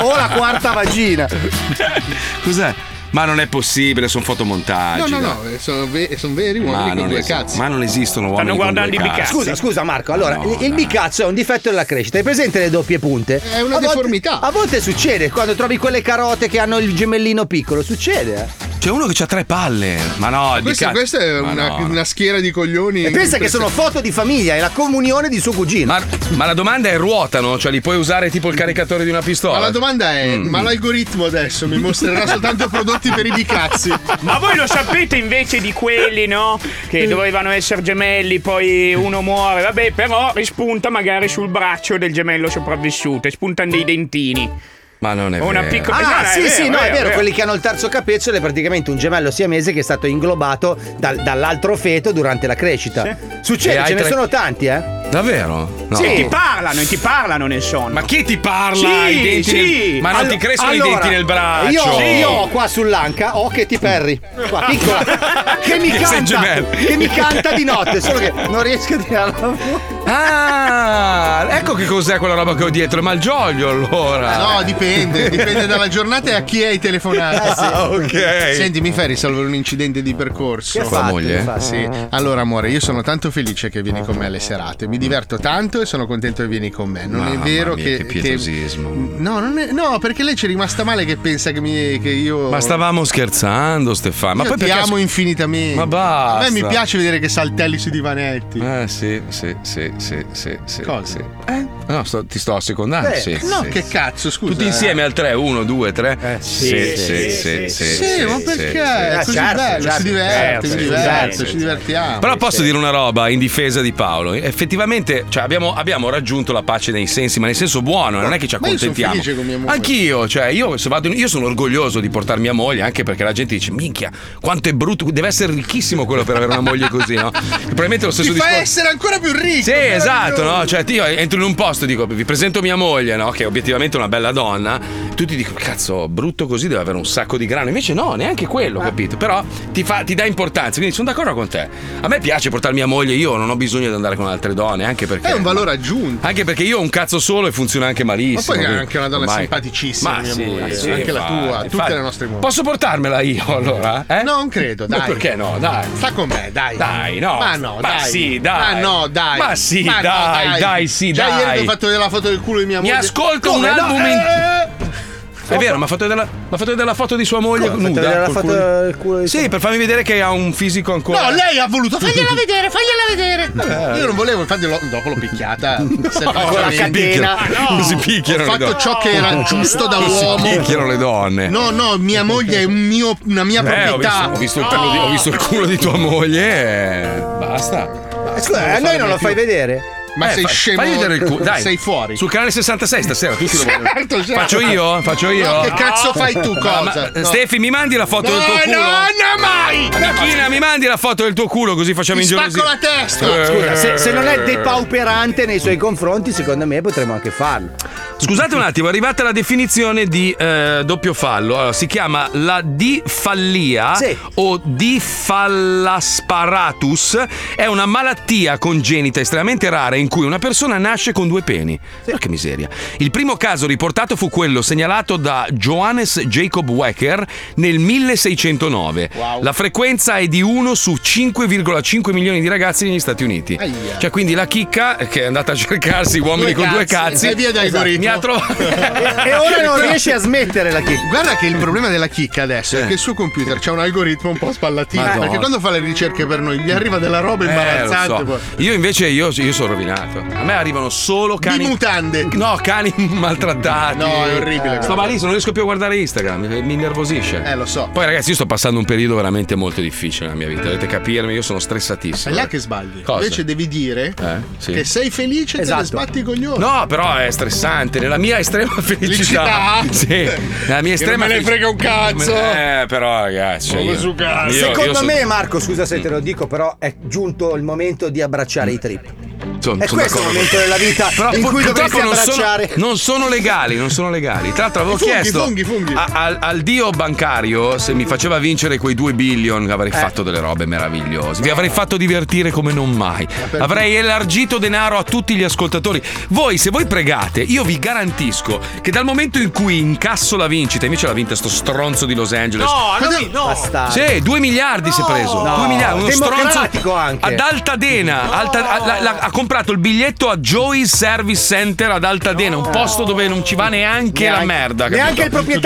O la quarta vagina.
Cos'è? Ma non è possibile, sono
No,
fotomontaggi.
no,
dai.
no, eh, sono, ve- sono veri uomini
Ah, Ma
con
non,
due
es-
cazzi.
ma non esistono uomini con due cazzi.
Scusa, scusa Marco, allora
No,
il- il bicazzo è un difetto della crescita. Hai presente le doppie punte? È una deformità. a volte succede quando trovi quelle carote che hanno il gemellino piccolo, succede. eh.
C'è uno che ha tre palle. Ma no, di
Questa,
cazzo.
questa è
Ma
una,
no.
una schiera di coglioni.
E pensa che sono
impressionante.
foto di famiglia, è la comunione di suo cugino.
Ma, ma la domanda è ruotano, cioè li puoi usare tipo il caricatore di una
Mm.
pistola. Mm.
Ma la domanda è: ma l'algoritmo adesso mi mostrerà soltanto prodotti per i bicazzi?
Ma voi lo sapete invece di quelli, no? Che dovevano essere gemelli, poi uno muore, vabbè, però rispunta magari sul braccio del gemello sopravvissuto e spuntano dei dentini.
Ma non è
O una
Eh.
piccola.
Ah,
no,
sì,
è
sì,
vero,
no, è vero,
vero.
quelli che hanno il terzo capezzolo è praticamente un gemello siamese che è stato inglobato dal- dall'altro feto durante la crescita.
E
Succede,
hai
ce ne
tre-
sono tanti, eh?
Davvero? No.
Sì, ti parlano e ti parlano nel sonno. Ma
chi ti parla?
Sì,
I denti
sì.
nel- ma non ti crescono i denti nel braccio.
Io,
Sì.
io ho qua sull'anca, ho Katy Perry, qua piccola, che mi
Sei
canta,
gemello.
che mi canta di notte, solo che non riesco a tirarla fuori.
Ah, ecco che cos'è quella roba che ho dietro, ma il gioglio allora.
No, dipende, dipende dalla giornata e a chi hai telefonato.
Ah, ok.
Senti, mi fai risolvere un incidente di percorso.
Che Con la fate, moglie? infatti?
Sì. Allora, amore, io sono tanto felice che vieni con me alle serate. Mi diverto tanto e sono contento che vieni con me. Non è
Mamma
vero
mia,
che.
che
che-
pietosismo.
No, non è- no, perché lei ci è rimasta male che pensa che, mi- che io.
Ma stavamo scherzando, Stefano. Ma
io
poi
ti
perché
amo infinitamente.
Ma basta.
A me mi piace vedere che saltelli sui divanetti.
Eh sì, sì, sì, sì, sì, sì.
Cosa?
sì. Eh, No, sto- ti sto secondando,
Eh,
Ah, sì.
no,
sì,
che
sì.
cazzo, scusa. eh.
Tutti insieme al 3, 1, 2, 3.
sì, sì, Sì, ma perché?
Ah,
È così
certo,
bello, si diverte, si diverte, ci divertiamo.
Però posso dire una roba in difesa di Paolo. Effettivamente, cioè, abbiamo, abbiamo raggiunto la pace nei sensi, ma nel senso buono, eh, non è che ci
Ma io sono
accontentiamo.
felice con mia moglie.
Anch'io, cioè, io, se vado in- io sono orgoglioso di portare mia moglie, anche perché la gente dice: minchia, quanto è brutto, deve essere ricchissimo quello per avere una moglie così, no? Probabilmente è lo stesso
Ti fa
discorso.
essere ancora più ricco.
Sì, esatto, no? Cioè, io entro in un posto e dico, vi presento mia moglie, no? Che è obiettivamente una bella donna. Tutti dicono, cazzo, brutto così deve avere un sacco di grano. Invece no, neanche
Ah.
quello, capito? Però ti, fa- ti dà importanza, quindi sono d'accordo con te. A me piace portare mia moglie, io non ho bisogno di andare con altre donne, anche perché...
È un valore aggiunto.
Anche perché io ho un cazzo solo e funziona anche
Ma
malissimo.
poi è
quindi
anche una donna
ormai-
simpaticissima,
Ma
mia
sì,
moglie.
sì,
anche la
infatti,
tua, tutte
infatti.
le nostre mogli.
Posso portarmela io allora? Eh?
No, non credo,
Ma
dai.
perché no? Dai.
Sta con me, dai.
Dai, no.
Ma no,
Ma
dai.
sì,
Ma
dai.
no, dai.
Ma sì,
no,
dai, dai, sì,
Già
dai.
ieri ti ho fatto vedere la foto del culo di mia
Mi
moglie.
ascolto
Come
un
no?
album
Eh,
in- È vero, mi ha fatto vedere la, mi ha fatto vedere la foto di sua moglie
Come? Ha fatto
nuda.
vedere la
col
foto
culo-
del culo di
Sì, per farmi vedere che ha un fisico ancora.
No, lei ha voluto. Fagliela
vedere, fagliela vedere.
Eh,
vedere. Eh, Io non volevo, infatti, l'ho- dopo l'ho picchiata.
Con la catena. No. Si picchiano
Ho
le
fatto
donne.
ciò che era giusto da
Si
uomo.
picchiano le donne.
No, no, mia moglie è un mio- una mia
Eh, ho visto,
proprietà. Oh.
ho visto il culo di, ho visto il culo di tua moglie. eh, Basta. Eh,
Eh, Scusa, a noi non lo fai vedere?
Ma sei
fa-
scemo.
fagli vedere il culo, dai.
Sei fuori.
Sul canale 66 stasera tutti lo vogliono.
Certo, certo.
Faccio io? Faccio io?
No, che cazzo fai tu, cosa? No.
Stefi, mi mandi la foto
No,
del tuo culo?
Eh,
Eh,
no, no, mai!
Macchina, mi mandi la foto del tuo culo così Eh, facciamo
Ti
in giro.
spacco la testa!
Scusa, se, se non è depauperante nei suoi confronti, secondo me potremmo anche farlo.
Cioè, Scusate un attimo, è arrivata la definizione di eh, doppio fallo. Allora, si chiama la difallia o difallasparatus. È una malattia congenita estremamente rara in cui una persona nasce con due peni. Ma che miseria. Il primo caso riportato fu quello segnalato da Johannes Jacob Wecker nel 1609. La frequenza è di 1 su 5,5 milioni di ragazzi negli Stati Uniti.
Aia.
Cioè, quindi la chicca che è andata a cercarsi uomini
Due
con due
cazzi.
cazzi. Esatto.
E via da algoritmo,
Mi ha Esatto. la trova.
E ora non riesce a smettere la chicca.
Guarda che il problema della chicca adesso è che il suo computer c'ha un algoritmo un po' spallatino.
Madonna.
Perché quando fa le ricerche per noi gli arriva della roba
Eh,
imbarazzante.
lo so. Io invece io, io sono rovinato. A me arrivano solo cani. Di mutande. No, cani maltrattati. Eh.
No, è orribile
Sto
quello.
malissimo, non riesco più a guardare Instagram. mi- Mi innervosisce.
Eh, lo so.
Poi, ragazzi, io sto passando un periodo veramente molto difficile nella mia vita. Dovete capirmi, io sono stressatissimo.
È là che sbagli.
Cosa?
Invece devi dire
Eh, sì. Esatto.
che sei felice e te ne sbatti i coglioni.
No, però è stressante. Nella mia estrema felicità.
Felicità?
Sì.
Che
Nella mia
non
estrema
me ne
felic-
frega un cazzo.
Eh, però, ragazzi. cioè,
Come
io-
su casa.
io-
Secondo
io sono-
me, Marco, scusa se te lo dico, però è giunto il momento di abbracciare i trip.
Sono-
è questo
sono
il
d'accordo.
momento della vita
Però
in
pur-
cui dovresti
purtroppo non sono-
abbracciare.
non sono legali, non sono legali. Tra l'altro avevo
I funghi,
chiesto
funghi, funghi.
a- al, al dio bancario se mi faceva vincere quei 2 billion
Eh.
avrei fatto delle robe meravigliose. Vi avrei fatto divertire come non mai. Avrei elargito denaro a tutti gli ascoltatori. Voi, se voi pregate, io vi garantisco che dal momento in cui incasso la vincita, invece l'ha vinta sto stronzo di Los Angeles.
lui no.
Sì, 2 miliardi si è preso.
No.
2 miliardi, uno
Democratico
stronzo.
anche.
Ad Altadena. Alta- a- la- la- ha comprato il biglietto a Joy Service Center ad Altadena, un posto dove non ci va neanche la merda. capito?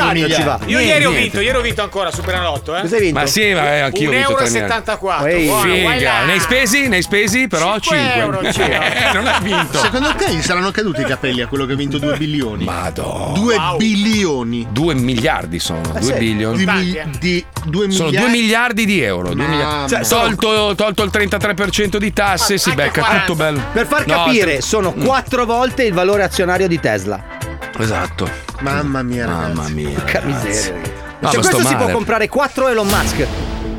Io ieri ho
Niente.
vinto, ieri ho vinto ancora Superanalotto, eh.
Ma sì, ma eh, anch'io ho
Un
vinto
euro e 74.
74.
Buono, vai là.
Figa, ne hai spesi? Ne hai spesi? Però 5. eh, non hai vinto.
Secondo te gli saranno caduti i capelli a quello che ha vinto 2 bilioni?
Madonna.
2
Wow.
bilioni. Eh
2 miliardi sono, 2
sì.
billion.
Di mil- di 2 miliardi.
Sono 2 miliardi di euro. due
Mamma
miliardi.
mia.
tolto, tolto il 33% di tasse, si becca tutto bello.
Per far
No,
capire,
tre- Mm.
sono quattro volte il valore azionario di Tesla.
Esatto.
Mamma mia,
Mamma mia.
Porca miseria.
No,
cioè,
ma
questo
sto
si può
male.
comprare quattro Elon Musk.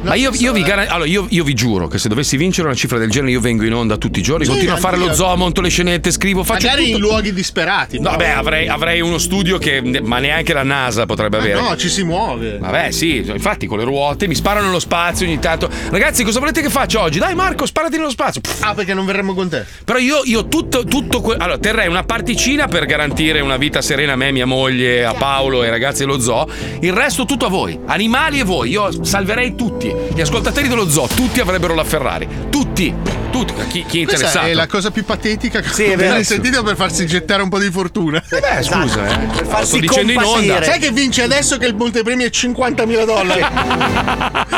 Ma io, io vi garan- allora, io, io vi giuro che se dovessi vincere una cifra del genere, io vengo in onda tutti i giorni,
Sì,
continuo a fare lo
anch'io.
zoo, monto le scenette, scrivo, faccio
Magari
tutto.
in luoghi disperati.
No,
però.
beh, avrei, avrei uno studio che. ne- Ma neanche la NASA potrebbe
Ma
avere.
no, ci si muove.
Vabbè, sì, infatti con le ruote mi sparano nello spazio ogni tanto. Ragazzi, cosa volete che faccia oggi? Dai, Marco, sparati nello spazio. Pff.
Ah, perché non verremmo con te?
Però io, io tutto, tutto que- Allora, terrei una particina per garantire una vita serena a me, mia moglie, a Paolo e ai ragazzi dello zoo. Il resto tutto a voi, animali e voi. Io salverei tutti. Gli ascoltatori dello zoo, tutti avrebbero la Ferrari. Tutti, tutti. Chi, chi è
Questa
interessato?
è la cosa più patetica che
Sì, è
ho
vero.
mai sentito per farsi gettare un po' di fortuna.
Beh, scusa, eh. Per farsi Sto dicendo in compatire. onda.
Sai che vince adesso che il montepremi è 50.000 dollari?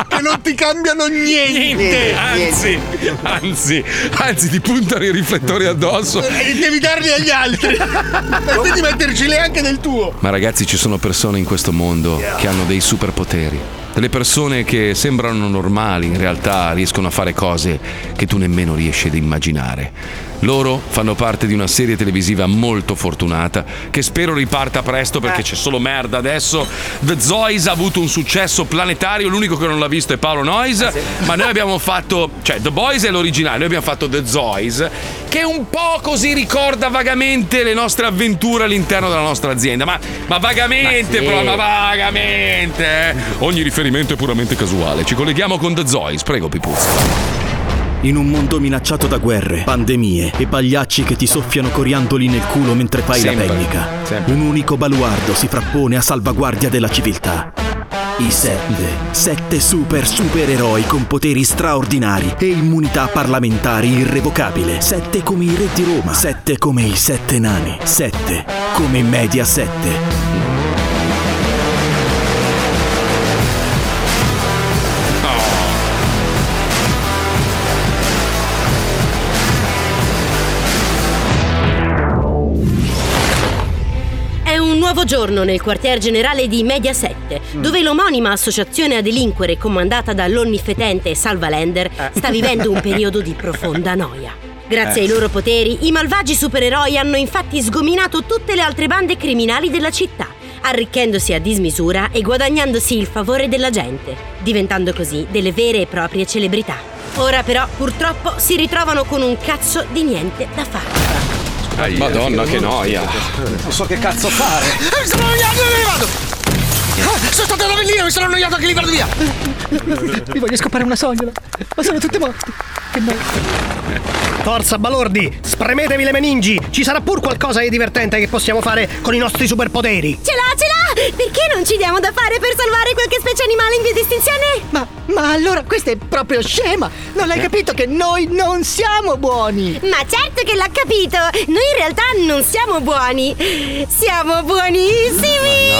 che non ti cambiano niente.
Anzi, anzi, anzi, ti puntano i riflettori addosso.
Eh, Devi darli agli altri. e quindi metterci le anche del tuo.
Ma ragazzi, ci sono persone in questo mondo che hanno dei superpoteri. Delle persone che sembrano normali, in realtà riescono a fare cose che tu nemmeno riesci ad immaginare. Loro fanno parte di una serie televisiva molto fortunata che spero riparta presto perché c'è solo merda adesso. The Zoys ha avuto un successo planetario, l'unico che non l'ha visto è Paolo Noyes, ma noi abbiamo fatto, cioè The Boys è l'originale, noi abbiamo fatto The Zoys che un po' così ricorda vagamente le nostre avventure all'interno della nostra azienda, ma, ma vagamente,
Ma sì.
però, ma vagamente. eh. Ogni riferimento è puramente casuale. Ci colleghiamo con The Zoys, prego Pipuzzo.
In un mondo minacciato da guerre, pandemie e pagliacci che ti soffiano coriandoli nel culo mentre fai
Sempre.
la tecnica, un unico baluardo si frappone a salvaguardia della civiltà. I sette. Sette super supereroi con poteri straordinari e immunità parlamentari irrevocabile. Sette come i re di Roma. Sette come i sette nani. Sette come media sette.
È un nuovo giorno nel quartier generale di Media 7, dove l'omonima associazione a delinquere comandata dall'onnifetente Salvalender sta vivendo un periodo di profonda noia. Grazie
Eh.
ai loro poteri, i malvagi supereroi hanno infatti sgominato tutte le altre bande criminali della città, arricchendosi a dismisura e guadagnandosi il favore della gente, diventando così delle vere e proprie celebrità. Ora però, purtroppo, si ritrovano con un cazzo di niente da fare.
Madonna, che noia.
Non so che cazzo fare.
Eh,
Mi sono annoiato e me ne vado! Ah, sono stato a rovellino, mi sono annoiato anche lì, vado via!
Mi voglio scopare una sognola, ma sono tutte morte. Che Forza balordi, spremetevi le meningi, ci sarà pur qualcosa di divertente che possiamo fare con i nostri superpoteri.
Ce l'ha, ce l'ha! Perché non ci diamo da fare per salvare qualche specie animale in via di
attenzione! Ma, ma allora questa è proprio scema! Non hai capito che noi non siamo buoni!
Ma certo che l'ha capito! Noi in realtà non siamo buoni! Siamo buonissimi!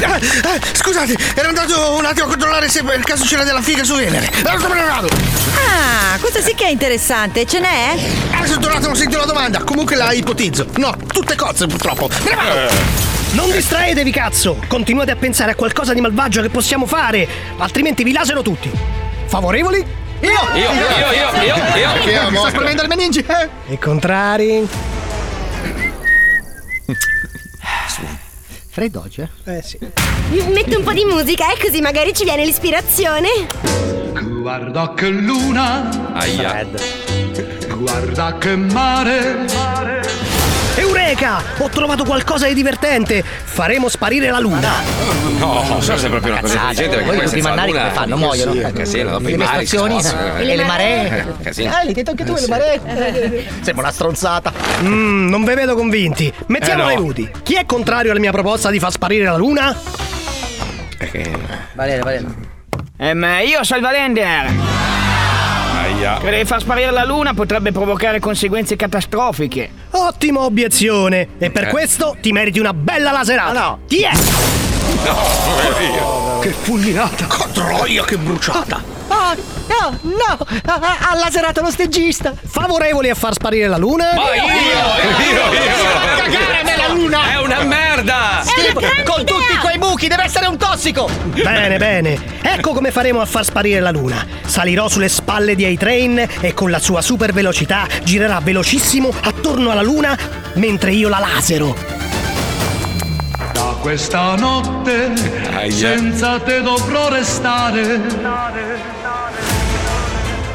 Ah, ah, scusate, ero andato un attimo a controllare se per caso c'era della figa su Venere. Eh, Ero tornato.
Ah, questo sì che è interessante, ce n'è?
Ah, sono tornato, non sento la domanda. Comunque la ipotizzo. No, tutte cozze purtroppo.
Non distraetevi, cazzo! Continuate a pensare a qualcosa di malvagio che possiamo fare, altrimenti vi lasero tutti. Favorevoli? Io!
Io, io, io, io, io. Chi è morto?
Sta prendendo il meningi, eh? E contrari?
Fred oggi, eh? Eh sì.
Metto un po' di musica, eh, così magari ci viene l'ispirazione.
Guarda che luna. Aia. Guarda che mare.
Eureka! Ho trovato qualcosa di divertente! Faremo sparire la luna!
No, non so se è proprio una cosa
Cazzate,
intelligente perché
poi
poi
tutti i
senza la
mannari
luna-
come fanno? Muoiono.
Sì, è un casino, dopo i
Le
mari si
mestruazioni,
sposano, eh.
e le
Eh,
maree.
un casino.
Ah, li detto anche tu, le maree.
Sembra una stronzata. Mmm, non ve vedo convinti. Mettiamo
Eh,
ai
no.
voti. Chi è contrario alla mia proposta di far sparire la luna?
Valera, Valera.
Eh, ma io sono il Valender.
Aia.
Credere di far sparire la luna potrebbe provocare conseguenze catastrofiche.
Ottima obiezione. E per
Eh.
questo ti meriti una bella laserata. No. Chi è?
No,
Che fulminata.
Troia che bruciata.
Ah,
Oh, no, no! Ha- Ha ha laserato lo stagista!
Favorevoli a far sparire la luna?
Ma io, io, io.
Cagare nella luna!
È una merda.
Schifo! Con tutti quei buchi, deve essere un tossico!
Bene, bene. Ecco come faremo a far sparire la luna. Salirò sulle spalle di A-Train e con la sua super velocità girerà velocissimo attorno alla luna mentre io la lasero.
Da questa notte senza te dovrò restare.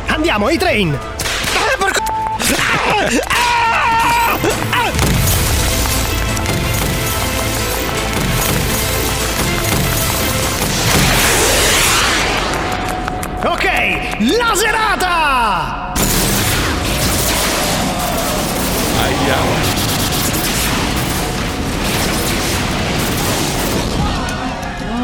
Andiamo, A-Train!
Ah,
Ah!
Ok, laserata!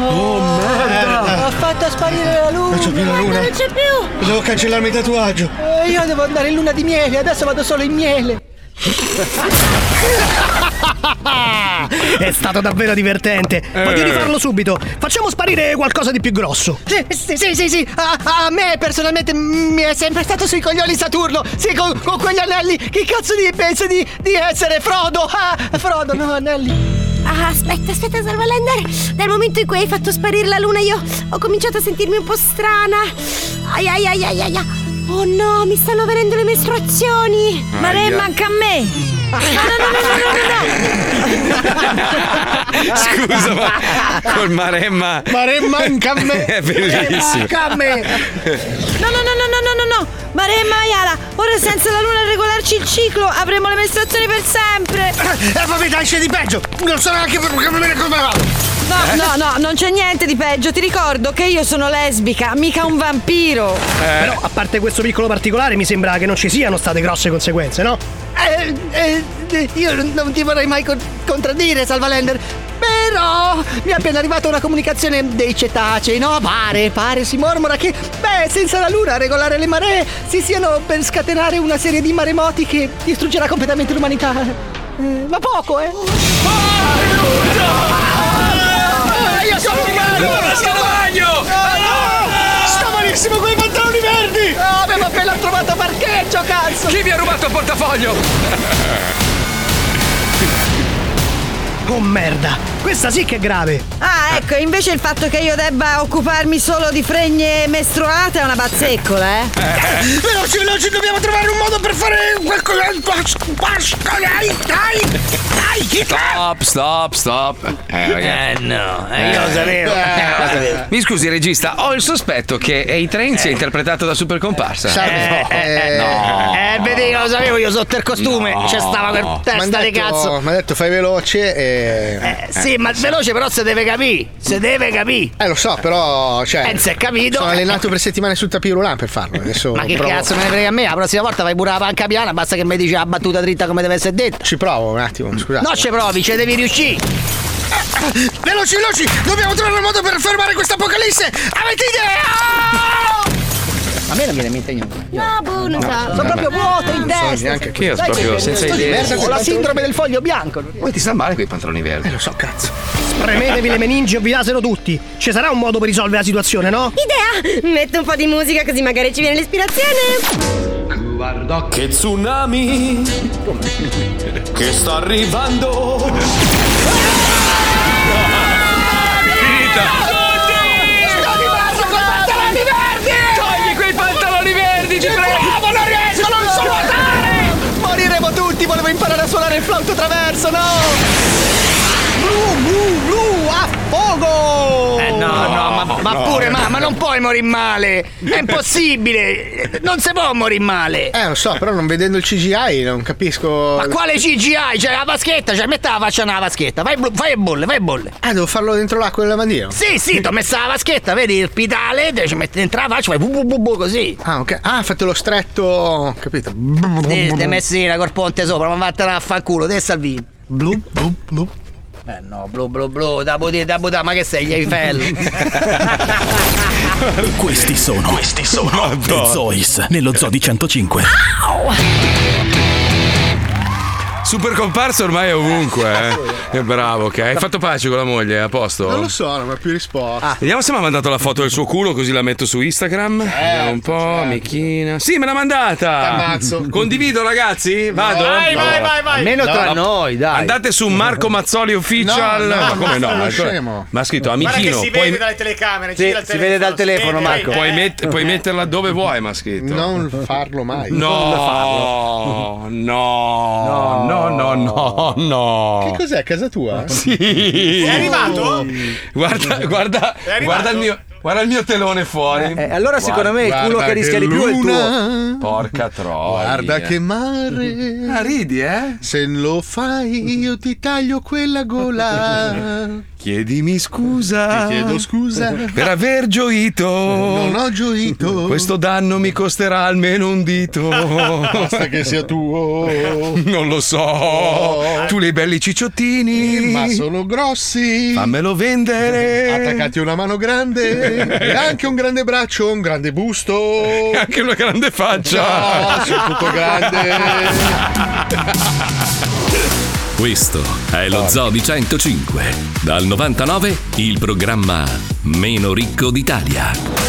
Oh, merda! Ho fatto sparire la luna!
Non c'è più la luna.
Non c'è più!
Devo cancellarmi il tatuaggio.
Eh, io devo andare in luna di miele, adesso vado solo in miele!
È stato davvero divertente.
Eh.
Voglio rifarlo subito. Facciamo sparire qualcosa di più grosso.
Sì, sì, sì, sì, sì. A, a me personalmente mi è sempre stato sui coglioni Saturno. Sì, con, con quegli anelli. Che cazzo di pensi di, di essere Frodo? Ah, Frodo, no, anelli.
Ah, aspetta, aspetta, Salvalender! Dal momento in cui hai fatto sparire la luna io ho cominciato a sentirmi un po' strana. Ai ai ai ai ai. ai. Oh no, mi stanno venendo le mestruazioni!
Ma lei Aia. manca
a me! Ah, no, no, no, no, no, no, no.
Scusa, ma col maremma.
Maremma anche a me.
È bellissimo.
Eh,
Manca a me.
No, no, no, no, no, no, no, no! Mare e Maiala, ora senza la luna a regolarci il ciclo avremo le mestruazioni per sempre!
Eh, vabbè, dai, c'è di peggio! Non so neanche come me ne Eh? come vado!
No,
Eh?
no, no, non c'è niente di peggio, ti ricordo che io sono lesbica, mica un vampiro!
Eh.
Però, a parte questo piccolo particolare, mi sembra che non ci siano state grosse conseguenze, no?
Eh, eh, eh, io non ti vorrei mai con- contraddire, Salvalender. Però mi è appena arrivata una comunicazione dei cetacei, no? Pare, pare, si mormora che, beh, senza la luna a regolare le maree si siano per scatenare una serie di maremoti che distruggerà completamente l'umanità. Eh, ma poco, eh?
Io sono un
Allora, sono bagno! Allora!
Sta malissimo con i pantaloni verdi! Ah, avevo appena trovato parcheggio, cazzo!
Chi mi ha rubato il portafoglio?
Oh merda, questa sì che è grave.
Ah, ecco, invece il fatto che io debba occuparmi solo di fregne mestruate è una bazzeccola, eh!
Veloci, veloci, dobbiamo trovare un modo per fare qualcosa. Dai, dai! Dai, chi
Stop, stop, stop. Eh, ragazzi.
Eh, no, eh, io lo sapevo. Eh.
Eh, lo sapevo. Mi scusi, regista, ho il sospetto che Ei Train sia interpretato da Super Comparsa.
Eh,
eh, no.
Eh, vedi, lo sapevo io sotto il costume.
No.
C'è stava quel
M'han
testa di cazzo.
Mi ha detto fai veloce e.
Eh, sì, ma veloce però se deve capire. Se deve capire.
Eh lo so, però. Cioè,
Eh, se è capito.
Sono allenato per settimane sul tapirulan per farlo. Adesso
Ma che
provo.
cazzo me ne frega a me? La prossima volta fai pure la panca piana, basta che mi dici la battuta dritta come deve essere detta.
Mm.
Ci provo un attimo, scusate.
No, ci provi, ci devi riuscire.
Veloci, veloci! Dobbiamo trovare un modo per fermare questa apocalisse! Avete idea?
A me non viene in mente niente.
No, boh, non so.
Sono proprio vuoto in
Non
testa.
so neanche che io
Sai
proprio
che
senza
sto di
idee.
merda, Ho la sindrome del foglio bianco.
Poi ti stanno male quei pantaloni verdi? Eh, lo so, cazzo.
Premetevi le meningi o vi lasero tutti. Ci sarà un modo per risolvere la situazione, no?
Idea! Metto un po' di musica così magari ci viene l'ispirazione.
Guarda che tsunami che sta arrivando. Sto di braccio con i pantaloni verdi! Togli quei pantaloni verdi, ci prego! Bravo, non riesco, non so nuotare!
Moriremo tutti, volevo imparare a suonare il flauto traverso, no! Blu, blu, blu, a fuoco!
Eh no, no, ma, ma pure, ma, ma non puoi morire male! È impossibile! Non si può morire male!
Eh, lo so, però non vedendo il CGI non capisco.
Ma quale CGI? C'è la vaschetta, cioè metta la faccia nella vaschetta, vai, blu- vai a bolle, vai a bolle.
Ah, devo farlo dentro l'acqua del lavandino?
Sì, sì, ti ho messa la vaschetta, vedi il pitale, te ci metti dentro la faccia, fai bu bu bu bu così.
Ah, ok. Ah, fatelo stretto. ho Capito?
Te, te messina col ponte sopra, ma vattene a fanculo, te Salvini.
Blu, blu, blu.
Eh no, blu blu blu, da butà, da butà, ma che sei, gli Eiffel?
Questi sono. Questi sono. The Zois nello Zoo di 105.
Super comparso ormai è ovunque, eh. È bravo, che hai fatto pace con la moglie, a posto?
Non lo so, non ho più risposta.
Ah.
Ah.
Vediamo se mi ha mandato la foto del suo culo, così la metto su Instagram.
Certo,
Vediamo un po', Michina. Sì, me l'ha mandata!
T'ammazzo.
Condivido, ragazzi? Vado?
Vai, vai, vai, vai. Almeno tra
noi, dai. Andate su Marco Mazzoli Official.
No, no,
ma come no?
sono
Ancora-
scemo.
Ma ha scritto
Guarda che
amichino.
si
puoi-
vede dalle telecamere,
Sì,
gira il
si vede dal
telefono,
Marco. Puoi, met- puoi metterla dove vuoi, ma ha scritto.
Non farlo mai.
No, no, no, no, no, no.
Che cos'è, casa tua?
Sì.
È
arrivato?
Oh.
Guarda, guarda, guarda il mio. Guarda il mio telone fuori.
Eh, eh, allora secondo me il culo che rischia di più è il
tuo.
Porca troia.
Guarda che mare.
Ah, ridi, eh?
Se lo fai, io ti taglio quella gola.
Chiedimi
Ti
scusa.
chiedo scusa.
Per aver gioito.
Non ho gioito.
Questo danno mi costerà almeno un dito.
Basta che sia tuo.
Non lo so.
Oh.
Tu li hai belli cicciottini.
Ma sono grossi.
Fammelo vendere.
Attaccati una mano grande. e anche un grande braccio, un grande busto.
Anche una grande faccia.
No, sono tutto grande.
Questo è lo Zoo di 105. Dal 99 il programma meno ricco d'Italia.
105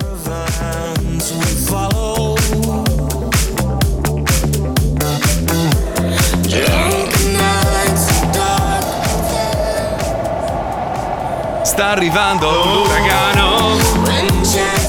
caravans we follow. Drunken nights of dark.
Sta arrivando l'uragano.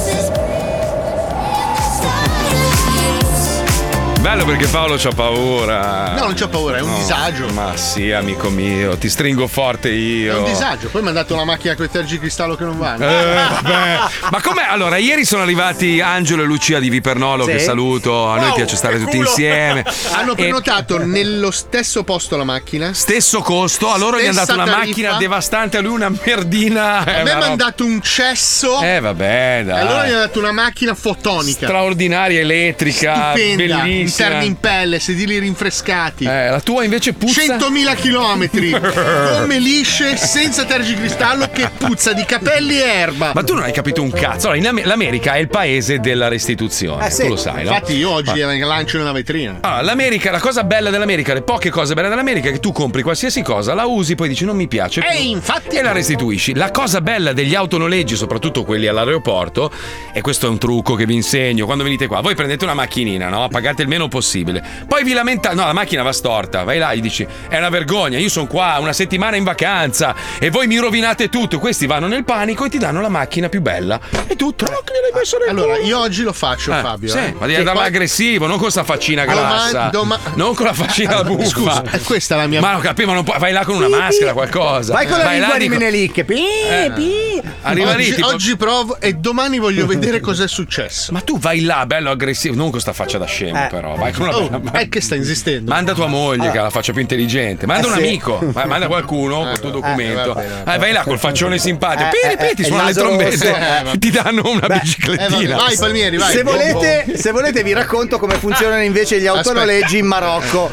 Bello perché Paolo c'ha paura.
No, non c'ho paura, è un disagio.
Ma sì, amico mio, ti stringo forte io.
È un disagio. Poi mi ha dato una macchina con i tergicristallo che non vanno.
Eh, vabbè. Ma com'è? Allora, ieri sono arrivati Angelo e Lucia di Vipernolo,
Sì.
che saluto. A noi piace stare tutti insieme.
Hanno
E
prenotato nello stesso posto la macchina.
Stesso costo, a loro gli hanno dato
Stessa
una
tariffa.
macchina devastante, a lui una merdina.
A me
Eh, una
mi
roba-
hanno dato un cesso.
Eh, vabbè,
E
dai.
allora gli hanno dato una macchina fotonica.
Straordinaria, elettrica,
Stupenda,
bellissima.
interni in pelle, sedili rinfrescati.
Eh, la tua invece puzza.
100.000 chilometri, gomme lisce, senza tergicristallo che puzza di capelli e erba.
Ma tu non hai capito un cazzo. Allora, in Am- l'America è il paese della restituzione. Eh, Tu lo sai, no?
Eh, Infatti io oggi
Ma-
la lancio nella vetrina.
Ah, l'America, la cosa bella dell'America, le poche cose belle dell'America è che tu compri qualsiasi cosa, la usi, poi dici non mi piace più.
E infatti
e la restituisci. La cosa bella degli autonoleggi, soprattutto quelli all'aeroporto, e questo è un trucco che vi insegno, quando venite qua, voi prendete una macchinina, no? Pagate il meno possibile. Poi vi lamentate, no, la macchina va storta, vai là, gli dici, è una vergogna, io sono qua una settimana in vacanza e voi mi rovinate tutto. Questi vanno nel panico e ti danno la macchina più bella. E tu, troc, gliel'hai messo nel
Allora, io oggi lo faccio,
eh,
Fabio.
sì,
eh.
ma devi
Che
andarla
poi-
aggressivo, non con sta faccina
Doma-
grassa.
doma-
non con la faccina
Allora,
buffa.
scusa, è questa
Ah,
la mia-
Ma lo capivo, non puoi, vai là con una maschera, qualcosa.
Vai con la
là,
lingua di
dico-
Menelik. Pi,
Eh.
pi.
Arriva
oggi,
lì, tipo-
oggi provo e domani voglio vedere cos'è successo.
Ma tu vai là, bello aggressivo, non con sta faccia da scemo,
Eh.
però. Vai con una
Oh,
bella-
è che sta insistendo.
Manda tua moglie,
Allora.
che ha la faccia più intelligente. Manda
Eh,
un
sì.
amico, vai- manda qualcuno col tuo documento. Ah, vai là col faccione simpatico.
Eh,
Piri,
eh,
piri,
eh,
suona
il
le
naso rosso.
trombette.
Eh,
ti danno una
Beh, eh,
biciclettina.
vabbè, vai, Palmieri,
Se volete, se volete vi racconto come funzionano invece gli
Aspetta.
autonoleggi in Marocco.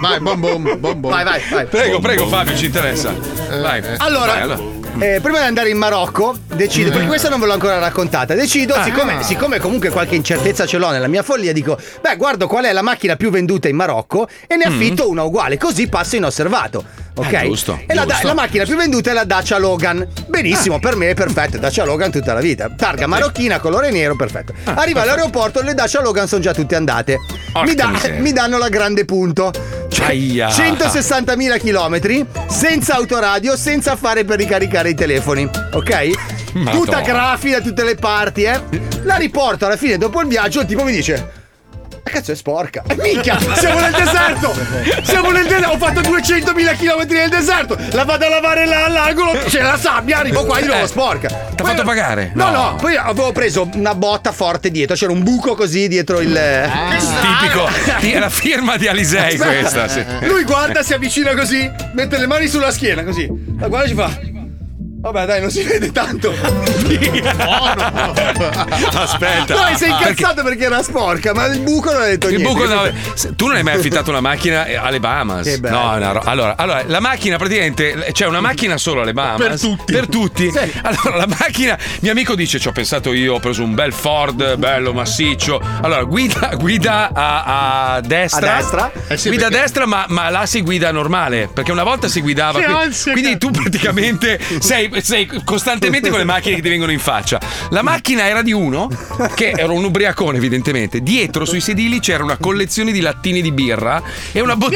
Vai, bom, bom, bom, bom.
Vai, vai,
boh.
vai.
Prego, prego, Fabio, ci interessa.
eh.
Vai.
Allora,
Vai,
eh, prima di andare in Marocco, decido,
Mm. Ah.
perché questa non ve l'ho ancora raccontata, decido, siccome, siccome comunque qualche incertezza ce l'ho nella mia follia, dico, beh guardo qual è la macchina più venduta in Marocco e ne
Mm.
affitto una uguale, così passo inosservato. Ok?
Eh, giusto,
e la, da-
giusto.
la
Ah.
macchina più venduta è la Dacia Logan. Benissimo, per me è perfetto, Dacia Logan tutta la vita. Targa marocchina, colore nero, perfetto.
Ah,
Arriva all'aeroporto, le Dacia Logan sono già tutte andate. Mi, da-
miseria.
mi danno la grande punto. Cioè,
Aia.
160.000 km senza autoradio, senza fare per ricaricare i telefoni, ok?
Madonna.
Tutta grafi da tutte le parti, eh? La riporto alla fine dopo il viaggio, il tipo mi dice. "Ma Cazzo è sporca. Eh, Minchia, siamo nel deserto! Siamo nel deserto! Ho fatto 200.000 km nel deserto! La vado a lavare là all'angolo, c'è la sabbia, arrivo qua di nuovo
Eh,
sporca!
T'ha fatto pagare?
No, no, poi avevo preso una botta forte dietro, c'era un buco così dietro il.
Ah.
eh.
Tipico.
Ah.
Ti- È la firma di Alisei
Aspetta.
questa. sì.
Lui guarda, si avvicina così, mette le mani sulla schiena così. La guarda e ci fa. Vabbè, dai, non si vede tanto.
Ah,
Aspetta. Ah,
No, e sei
Perché-
incazzato perché... era sporca, ma il buco non ha detto
Il
niente.
buco da- se- Tu non hai mai affittato una macchina eh, alle Bahamas?
Che bello.
No, è una ro- allora, allora, la macchina praticamente c'è una macchina solo alle Bahamas.
Per tutti.
Per tutti. Allora, la macchina, mio amico dice: Ci ho pensato io, ho preso un bel Ford, bello, massiccio. Allora, guida, guida a, a destra.
A destra? Eh sì,
guida
perché-
a destra, ma, ma là si guida normale. Perché una volta si guidava.
Che
qui-
ansia,
quindi tu praticamente sei, sei costantemente con le macchine che ti vengono in faccia. La macchina era di uno, che era un ubriacone, evidentemente. Dietro sui sedili c'era una collezione di lattini di birra e una bottiglia.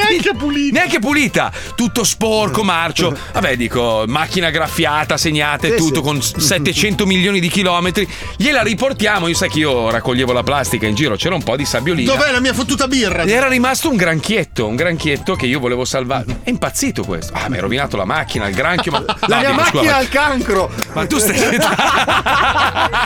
Neanche pulita. Tutto sporco, marcio. Vabbè, dico, macchina graffiata, segnata e
Sì,
tutto
sì.
con 700 milioni di chilometri. Gliela riportiamo. Io sai che io raccoglievo la plastica in giro, c'era un po' di sabbiolina.
Dov'è la mia fottuta birra?
Gli era rimasto un granchietto, un granchietto che io volevo salvare. È impazzito questo. Ah, mi hai rovinato la macchina, il granchio. Ma...
La
No,
mia
dico, scusa,
macchina
ma-
ha il cancro!
Ma tu stai.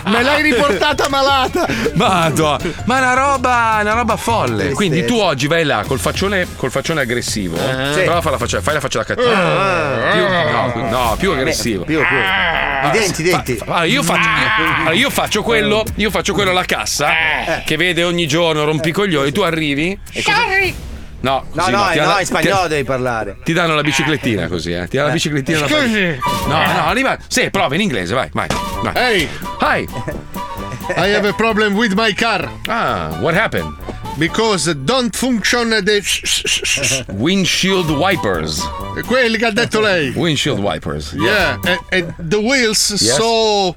Me l'hai riportata malata!
Madonna, ma una roba, una roba folle.
Tristezza.
Quindi tu oggi vai là col faccione, col faccione aggressivo.
Ah. Sì.
Prova a fare la faccia, fai la faccia da cattivo.
Ah.
Più- no, no, più aggressivo. Ah.
Più, più. I denti, i denti. Ah.
Allora, io faccio, allora, io faccio quello, io faccio quello alla cassa che vede ogni giorno rompicoglioni. Tu arrivi e
Sorry.
No,
No,
così
no,
ti-
no, in spagnolo
ti-
devi parlare.
Ti danno la biciclettina così, eh. Ti danno la biciclettina da
Scusi.
No, no, arriva. Sì, prova in inglese, vai, vai. vai.
Hey.
Hi.
I have a problem with my car.
Ah, what happened?
Because don't function the
Windshield wipers.
quelli che ha detto lei.
Windshield wipers.
Yeah, and, and the wheels
Yes.
so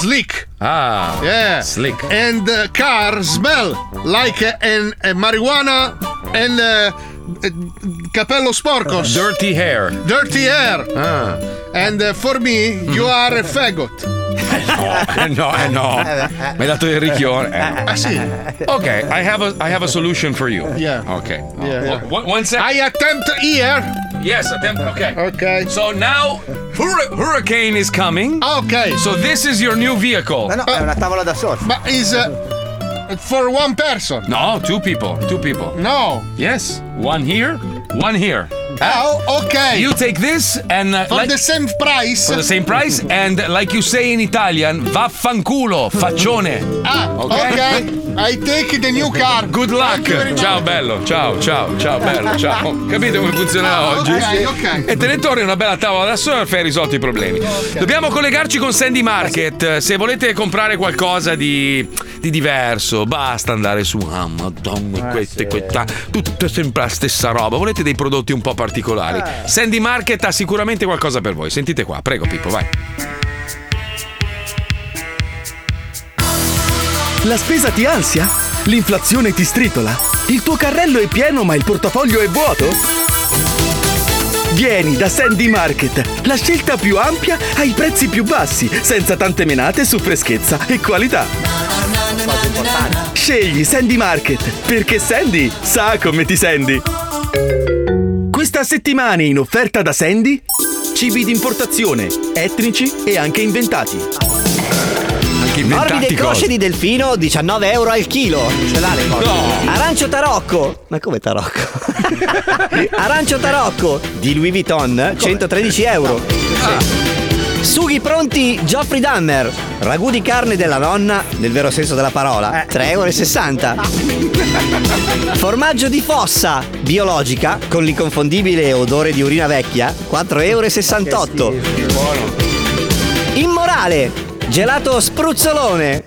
slick.
Ah.
Yeah.
Slick.
And the car smell like an a marijuana and uh, capello sporcos.
Dirty hair.
Dirty hair.
Ah.
And uh, for me, you are a faggot.
Eh, no, eh, no. Mi hai dato il ricchione. Eh.
Ah, sì.
Ok, I have a, I have a solution for you.
Yeah.
Ok.
Yeah, yeah.
One, one sec.
I attempt here.
Yes, attempt. Okay.
Okay.
So now hur- hurricane is coming.
Okay.
So this is your new vehicle.
Ma no, è una tavola da surf.
Ma is uh, for one person.
No, two people. Two people.
No.
Yes. One here, one here. Ah,
Oh, okay.
You take this and uh,
For the same price.
For the same price and like you say in Italian, vaffanculo, faccione.
Ah, okay. I take the new car.
Good luck. Ciao bello, ciao, ciao, ciao bello, ciao. Capite come funziona
Ah,
oggi?
ok, ok.
E te ne torni una bella tavola da surf e hai risolto i problemi. Dobbiamo collegarci con Sandy Market. Se volete comprare qualcosa di, di diverso, basta andare su Amazon,
Eh,
questa
sì.
e quella, tutta sempre la stessa roba. Volete dei prodotti un po' particolari? Sandy Market ha sicuramente qualcosa per voi. Sentite qua, prego Pippo, vai.
La spesa ti ansia? L'inflazione ti stritola? Il tuo carrello è pieno ma il portafoglio è vuoto? Vieni da Sandy Market, la scelta più ampia ai prezzi più bassi, senza tante menate su freschezza e qualità. Scegli Sandy Market, perché Sandy sa come ti senti. Questa settimana in offerta da Sandy cibi d'importazione, etnici e anche inventati.
Anche
Morbide
inventati
cosce
cosa?
di delfino 19 euro al chilo. Ce l'ha le cosce.
No.
Arancio tarocco. Ma come tarocco? Arancio tarocco di Louis Vuitton 113 euro. Sughi pronti Geoffrey Dahmer. Ragù di carne della nonna, nel vero senso della parola, 3,60 Formaggio di fossa biologica con l'inconfondibile odore di urina vecchia, 4,68
Buono.
Immorale, gelato spruzzolone.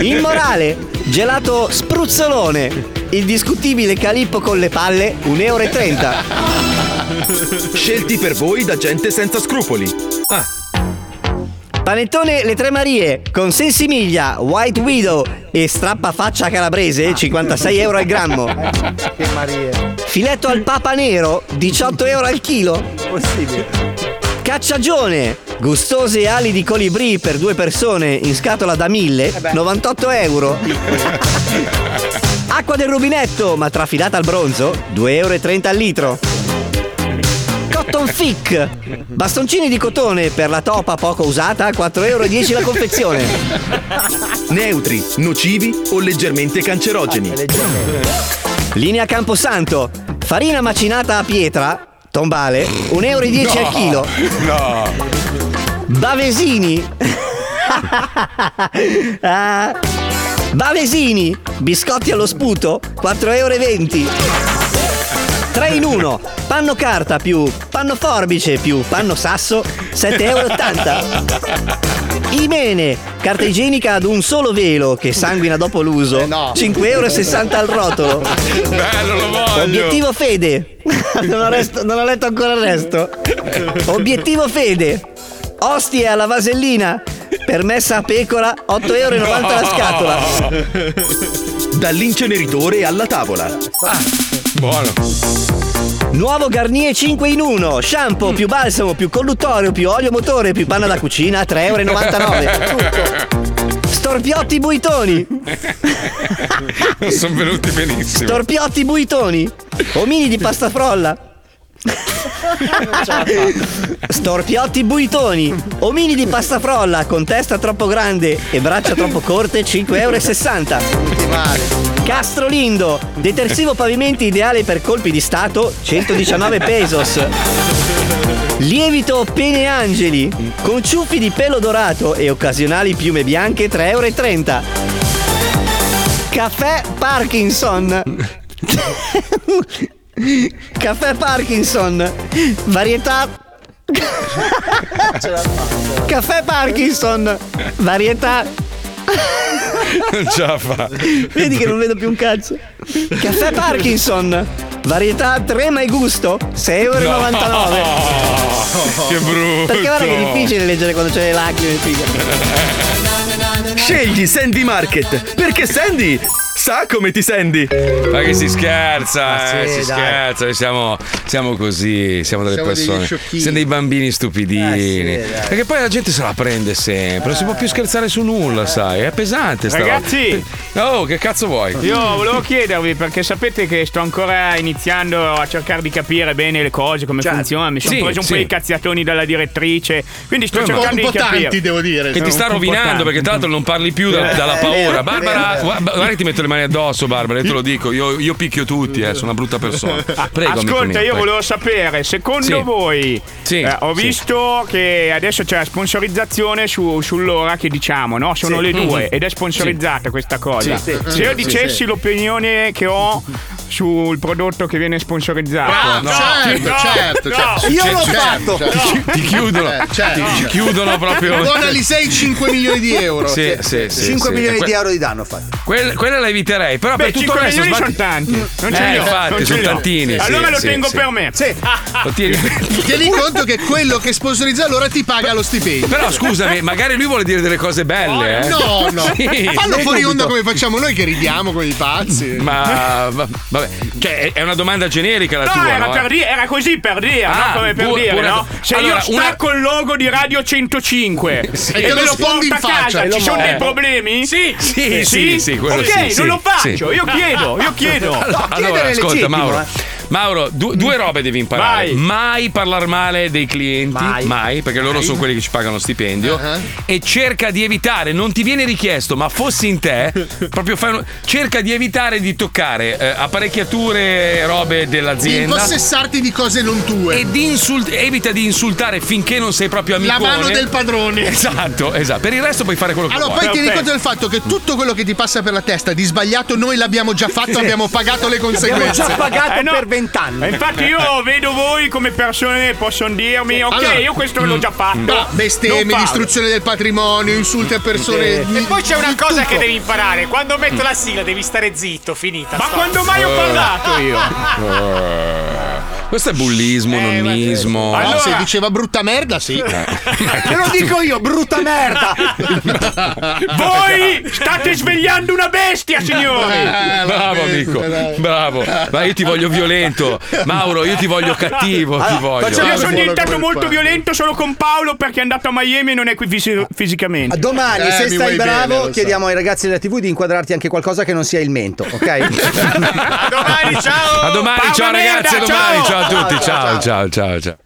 Immorale, gelato spruzzolone. Il discutibile calippo con le palle, 1,30
Scelti per voi da gente senza scrupoli.
Ah,
Panettone Le Tre Marie con sensimiglia, White Widow e strappafaccia calabrese, 56 euro al grammo.
Che Maria.
Filetto al papa nero, 18 euro al chilo. Cacciagione, gustose ali di colibrì per due persone in scatola da 1000, 98 euro. Acqua del rubinetto, ma trafilata al bronzo, 2,30 euro al litro. Cotton Fic, bastoncini di cotone per la topa poco usata, 4,10 euro la confezione.
Neutri, nocivi o leggermente
Ah,
cancerogeni.
Linea Camposanto, farina macinata a pietra, tombale, 1,10 euro
No,
al chilo.
No.
Bavesini. Ah. Bavesini, biscotti allo sputo, 4,20 euro. 3 in 1, panno carta più panno forbice più panno sasso, 7,80 euro. Imene, carta igienica ad un solo velo che sanguina dopo l'uso, 5,60 euro al rotolo.
Bello, lo
Obiettivo fede. non, ho resto- non ho letto ancora il resto. Obiettivo fede. Ostie alla vasellina. Permessa a pecora, 8,90 euro la scatola.
Dall'inceneritore alla tavola.
Buono.
Ah. Nuovo Garnier 5 in 1, shampoo più balsamo più colluttorio più olio motore più panna da cucina, 3,99 Storpiotti buitoni,
Non sono venuti benissimo.
storpiotti buitoni, omini di pasta frolla. Storpiotti buitoni, omini di pasta frolla con testa troppo grande e braccia troppo corte 5,60 euro. Castrolindo, detersivo pavimenti ideale per colpi di stato 119 pesos. Lievito pene angeli, con ciuffi di pelo dorato e occasionali piume bianche 3,30 euro. Caffè Parkinson. Caffè Parkinson. Varietà. Caffè Parkinson. Varietà.
Non ce la fa.
Vedi che non vedo più un cazzo. Caffè Parkinson. Varietà trema e gusto. 6,99
No. Che brutto.
Perché guarda che è difficile leggere quando c'è le lacrime, figa.
Scegli Sandy Market, perché Sandy sa come ti senti.
Ma che si scherza,
Ah, sì,
Ah,
eh,
dai.
si scherza, noi siamo, siamo così, siamo delle
Siamo degli
persone,
sciocchini.
siamo dei bambini
Eh,
stupidini.
sì, dai. Eh.
perché poi la gente se la prende sempre, non si può più scherzare su nulla, sai, è pesante sta
Ragazzi!
roba. Oh, che cazzo vuoi?
Io volevo chiedervi perché sapete che sto ancora iniziando a cercare di capire bene le cose, come funziona. Mi sono
Cioè, Sì,
preso un
sì.
po' di cazziatoni dalla direttrice. Quindi sto
Come mai?
cercando di capire.
Che ti sta
Un po'
rovinando
tanti.
perché tra l'altro non parli più da-
Eh,
dalla
eh,
paura.
eh,
Barbara,
eh.
guarda guarda che ti metto le mani addosso, Barbara, io te lo dico, io, io picchio tutti, eh, sono una brutta persona. Prego, amico
Ascolta,
mio,
io
prego.
volevo sapere, secondo
Sì.
voi,
Sì,
eh, ho
sì.
visto che adesso c'è la sponsorizzazione su- sull'ora che diciamo, no? Sono
Sì.
le due
Mhm.
ed è sponsorizzata
Sì.
questa cosa.
Sì, sì.
Se io
Sì,
dicessi
sì.
l'opinione che ho sul prodotto che viene sponsorizzato,
Ah,
no,
certo,
no,
certo,
no,
certo. Io l'ho fatto. certo.
no.
Ti chiudono,
Eh,
certo.
ti, ti chiudono proprio.
Dona Lisei 5 milioni di euro. Cioè,
Sì, sì, sì,
5
sì.
milioni
Que-
di euro
di danno fatto.
Quella, quella la eviterei, però
Beh,
per tutto
5
il resto
milioni
sbatti-
sono tanti. Non ce
Eh,
li ho,
infatti,
non ce
sono
li ho.
tantini. sì,
Allora lo
sì,
tengo
sì.
per me.
Lo tieni-
Tieni conto che quello che sponsorizza allora ti paga lo stipendio.
Però scusami, magari lui vuole dire delle cose belle, eh.
No, no.
Sì.
Fallo fuori onda come facciamo noi che ridiamo come i pazzi.
Ma va- vabbè, cioè, è- è una domanda generica la tua.
Ah, era,
no? eh.
per dire- era così per dire,
Ah,
no? Come per
pure-
dire,
pure-
no? Se
Allora,
io stacco il logo di Radio 105
Sì.
e
E te
me
lo
lo porto
spondi in
a
faccia,
casa,
lo
ci sono
muovi.
dei problemi? Sì,
Eh, sì, sì, sì, quello
ok,
sì, sì,
non lo
sì.
faccio, io chiedo, io chiedo.
Allora, allora, ascolta, Mauro. Mauro, du- due robe devi imparare.
Vai.
Mai parlare male dei clienti, mai, perché loro
Mai.
sono quelli che ci pagano lo stipendio.
Ah,
E cerca di evitare, non ti viene richiesto, ma fossi in te, proprio fai un- cerca di evitare di toccare eh, apparecchiature, robe
Di
dell'azienda.
impossessarti di cose non tue. E
di Evita di insultare finché non sei proprio amico.
La mano del padrone.
Esatto, esatto. Per il resto puoi fare quello che
Allora,
vuoi.
poi tieni conto del fatto che tutto quello che ti passa per la testa di sbagliato noi l'abbiamo già fatto, abbiamo pagato le conseguenze.
Eh no. Eh, Infatti, io vedo voi come persone che possono dirmi: Ok,
Allora-
io questo l'ho già fatto.
Però
Non
bestemmie,
parlo.
distruzione del patrimonio, insulti a persone.
Eh.
E poi c'è una
di
cosa
tutto.
che devi imparare. Quando metto la sigla devi stare zitto, finita. Eh, Ma
quando mai ho
parlato io? Eh, Questo è bullismo,
Eh, certo.
nonnismo.
Ah, se diceva brutta merda,
Eh.
sì.
Te lo dico io, brutta merda!
Ah.
Voi state svegliando una bestia, signori!
Bravo amico, bravo. Ma io ti voglio violento. Mauro, io ti voglio cattivo, ti voglio.
Io sono diventato molto violento solo con Paolo perché è andato a Miami e non è qui fisi- fisicamente.
Domani,
Eh,
se stai bravo, chiediamo ai ragazzi della TV di inquadrarti anche qualcosa che non sia il mento, ok?
A domani, ciao ragazzi, a domani, ciao a tutti, ciao ciao ciao. ciao.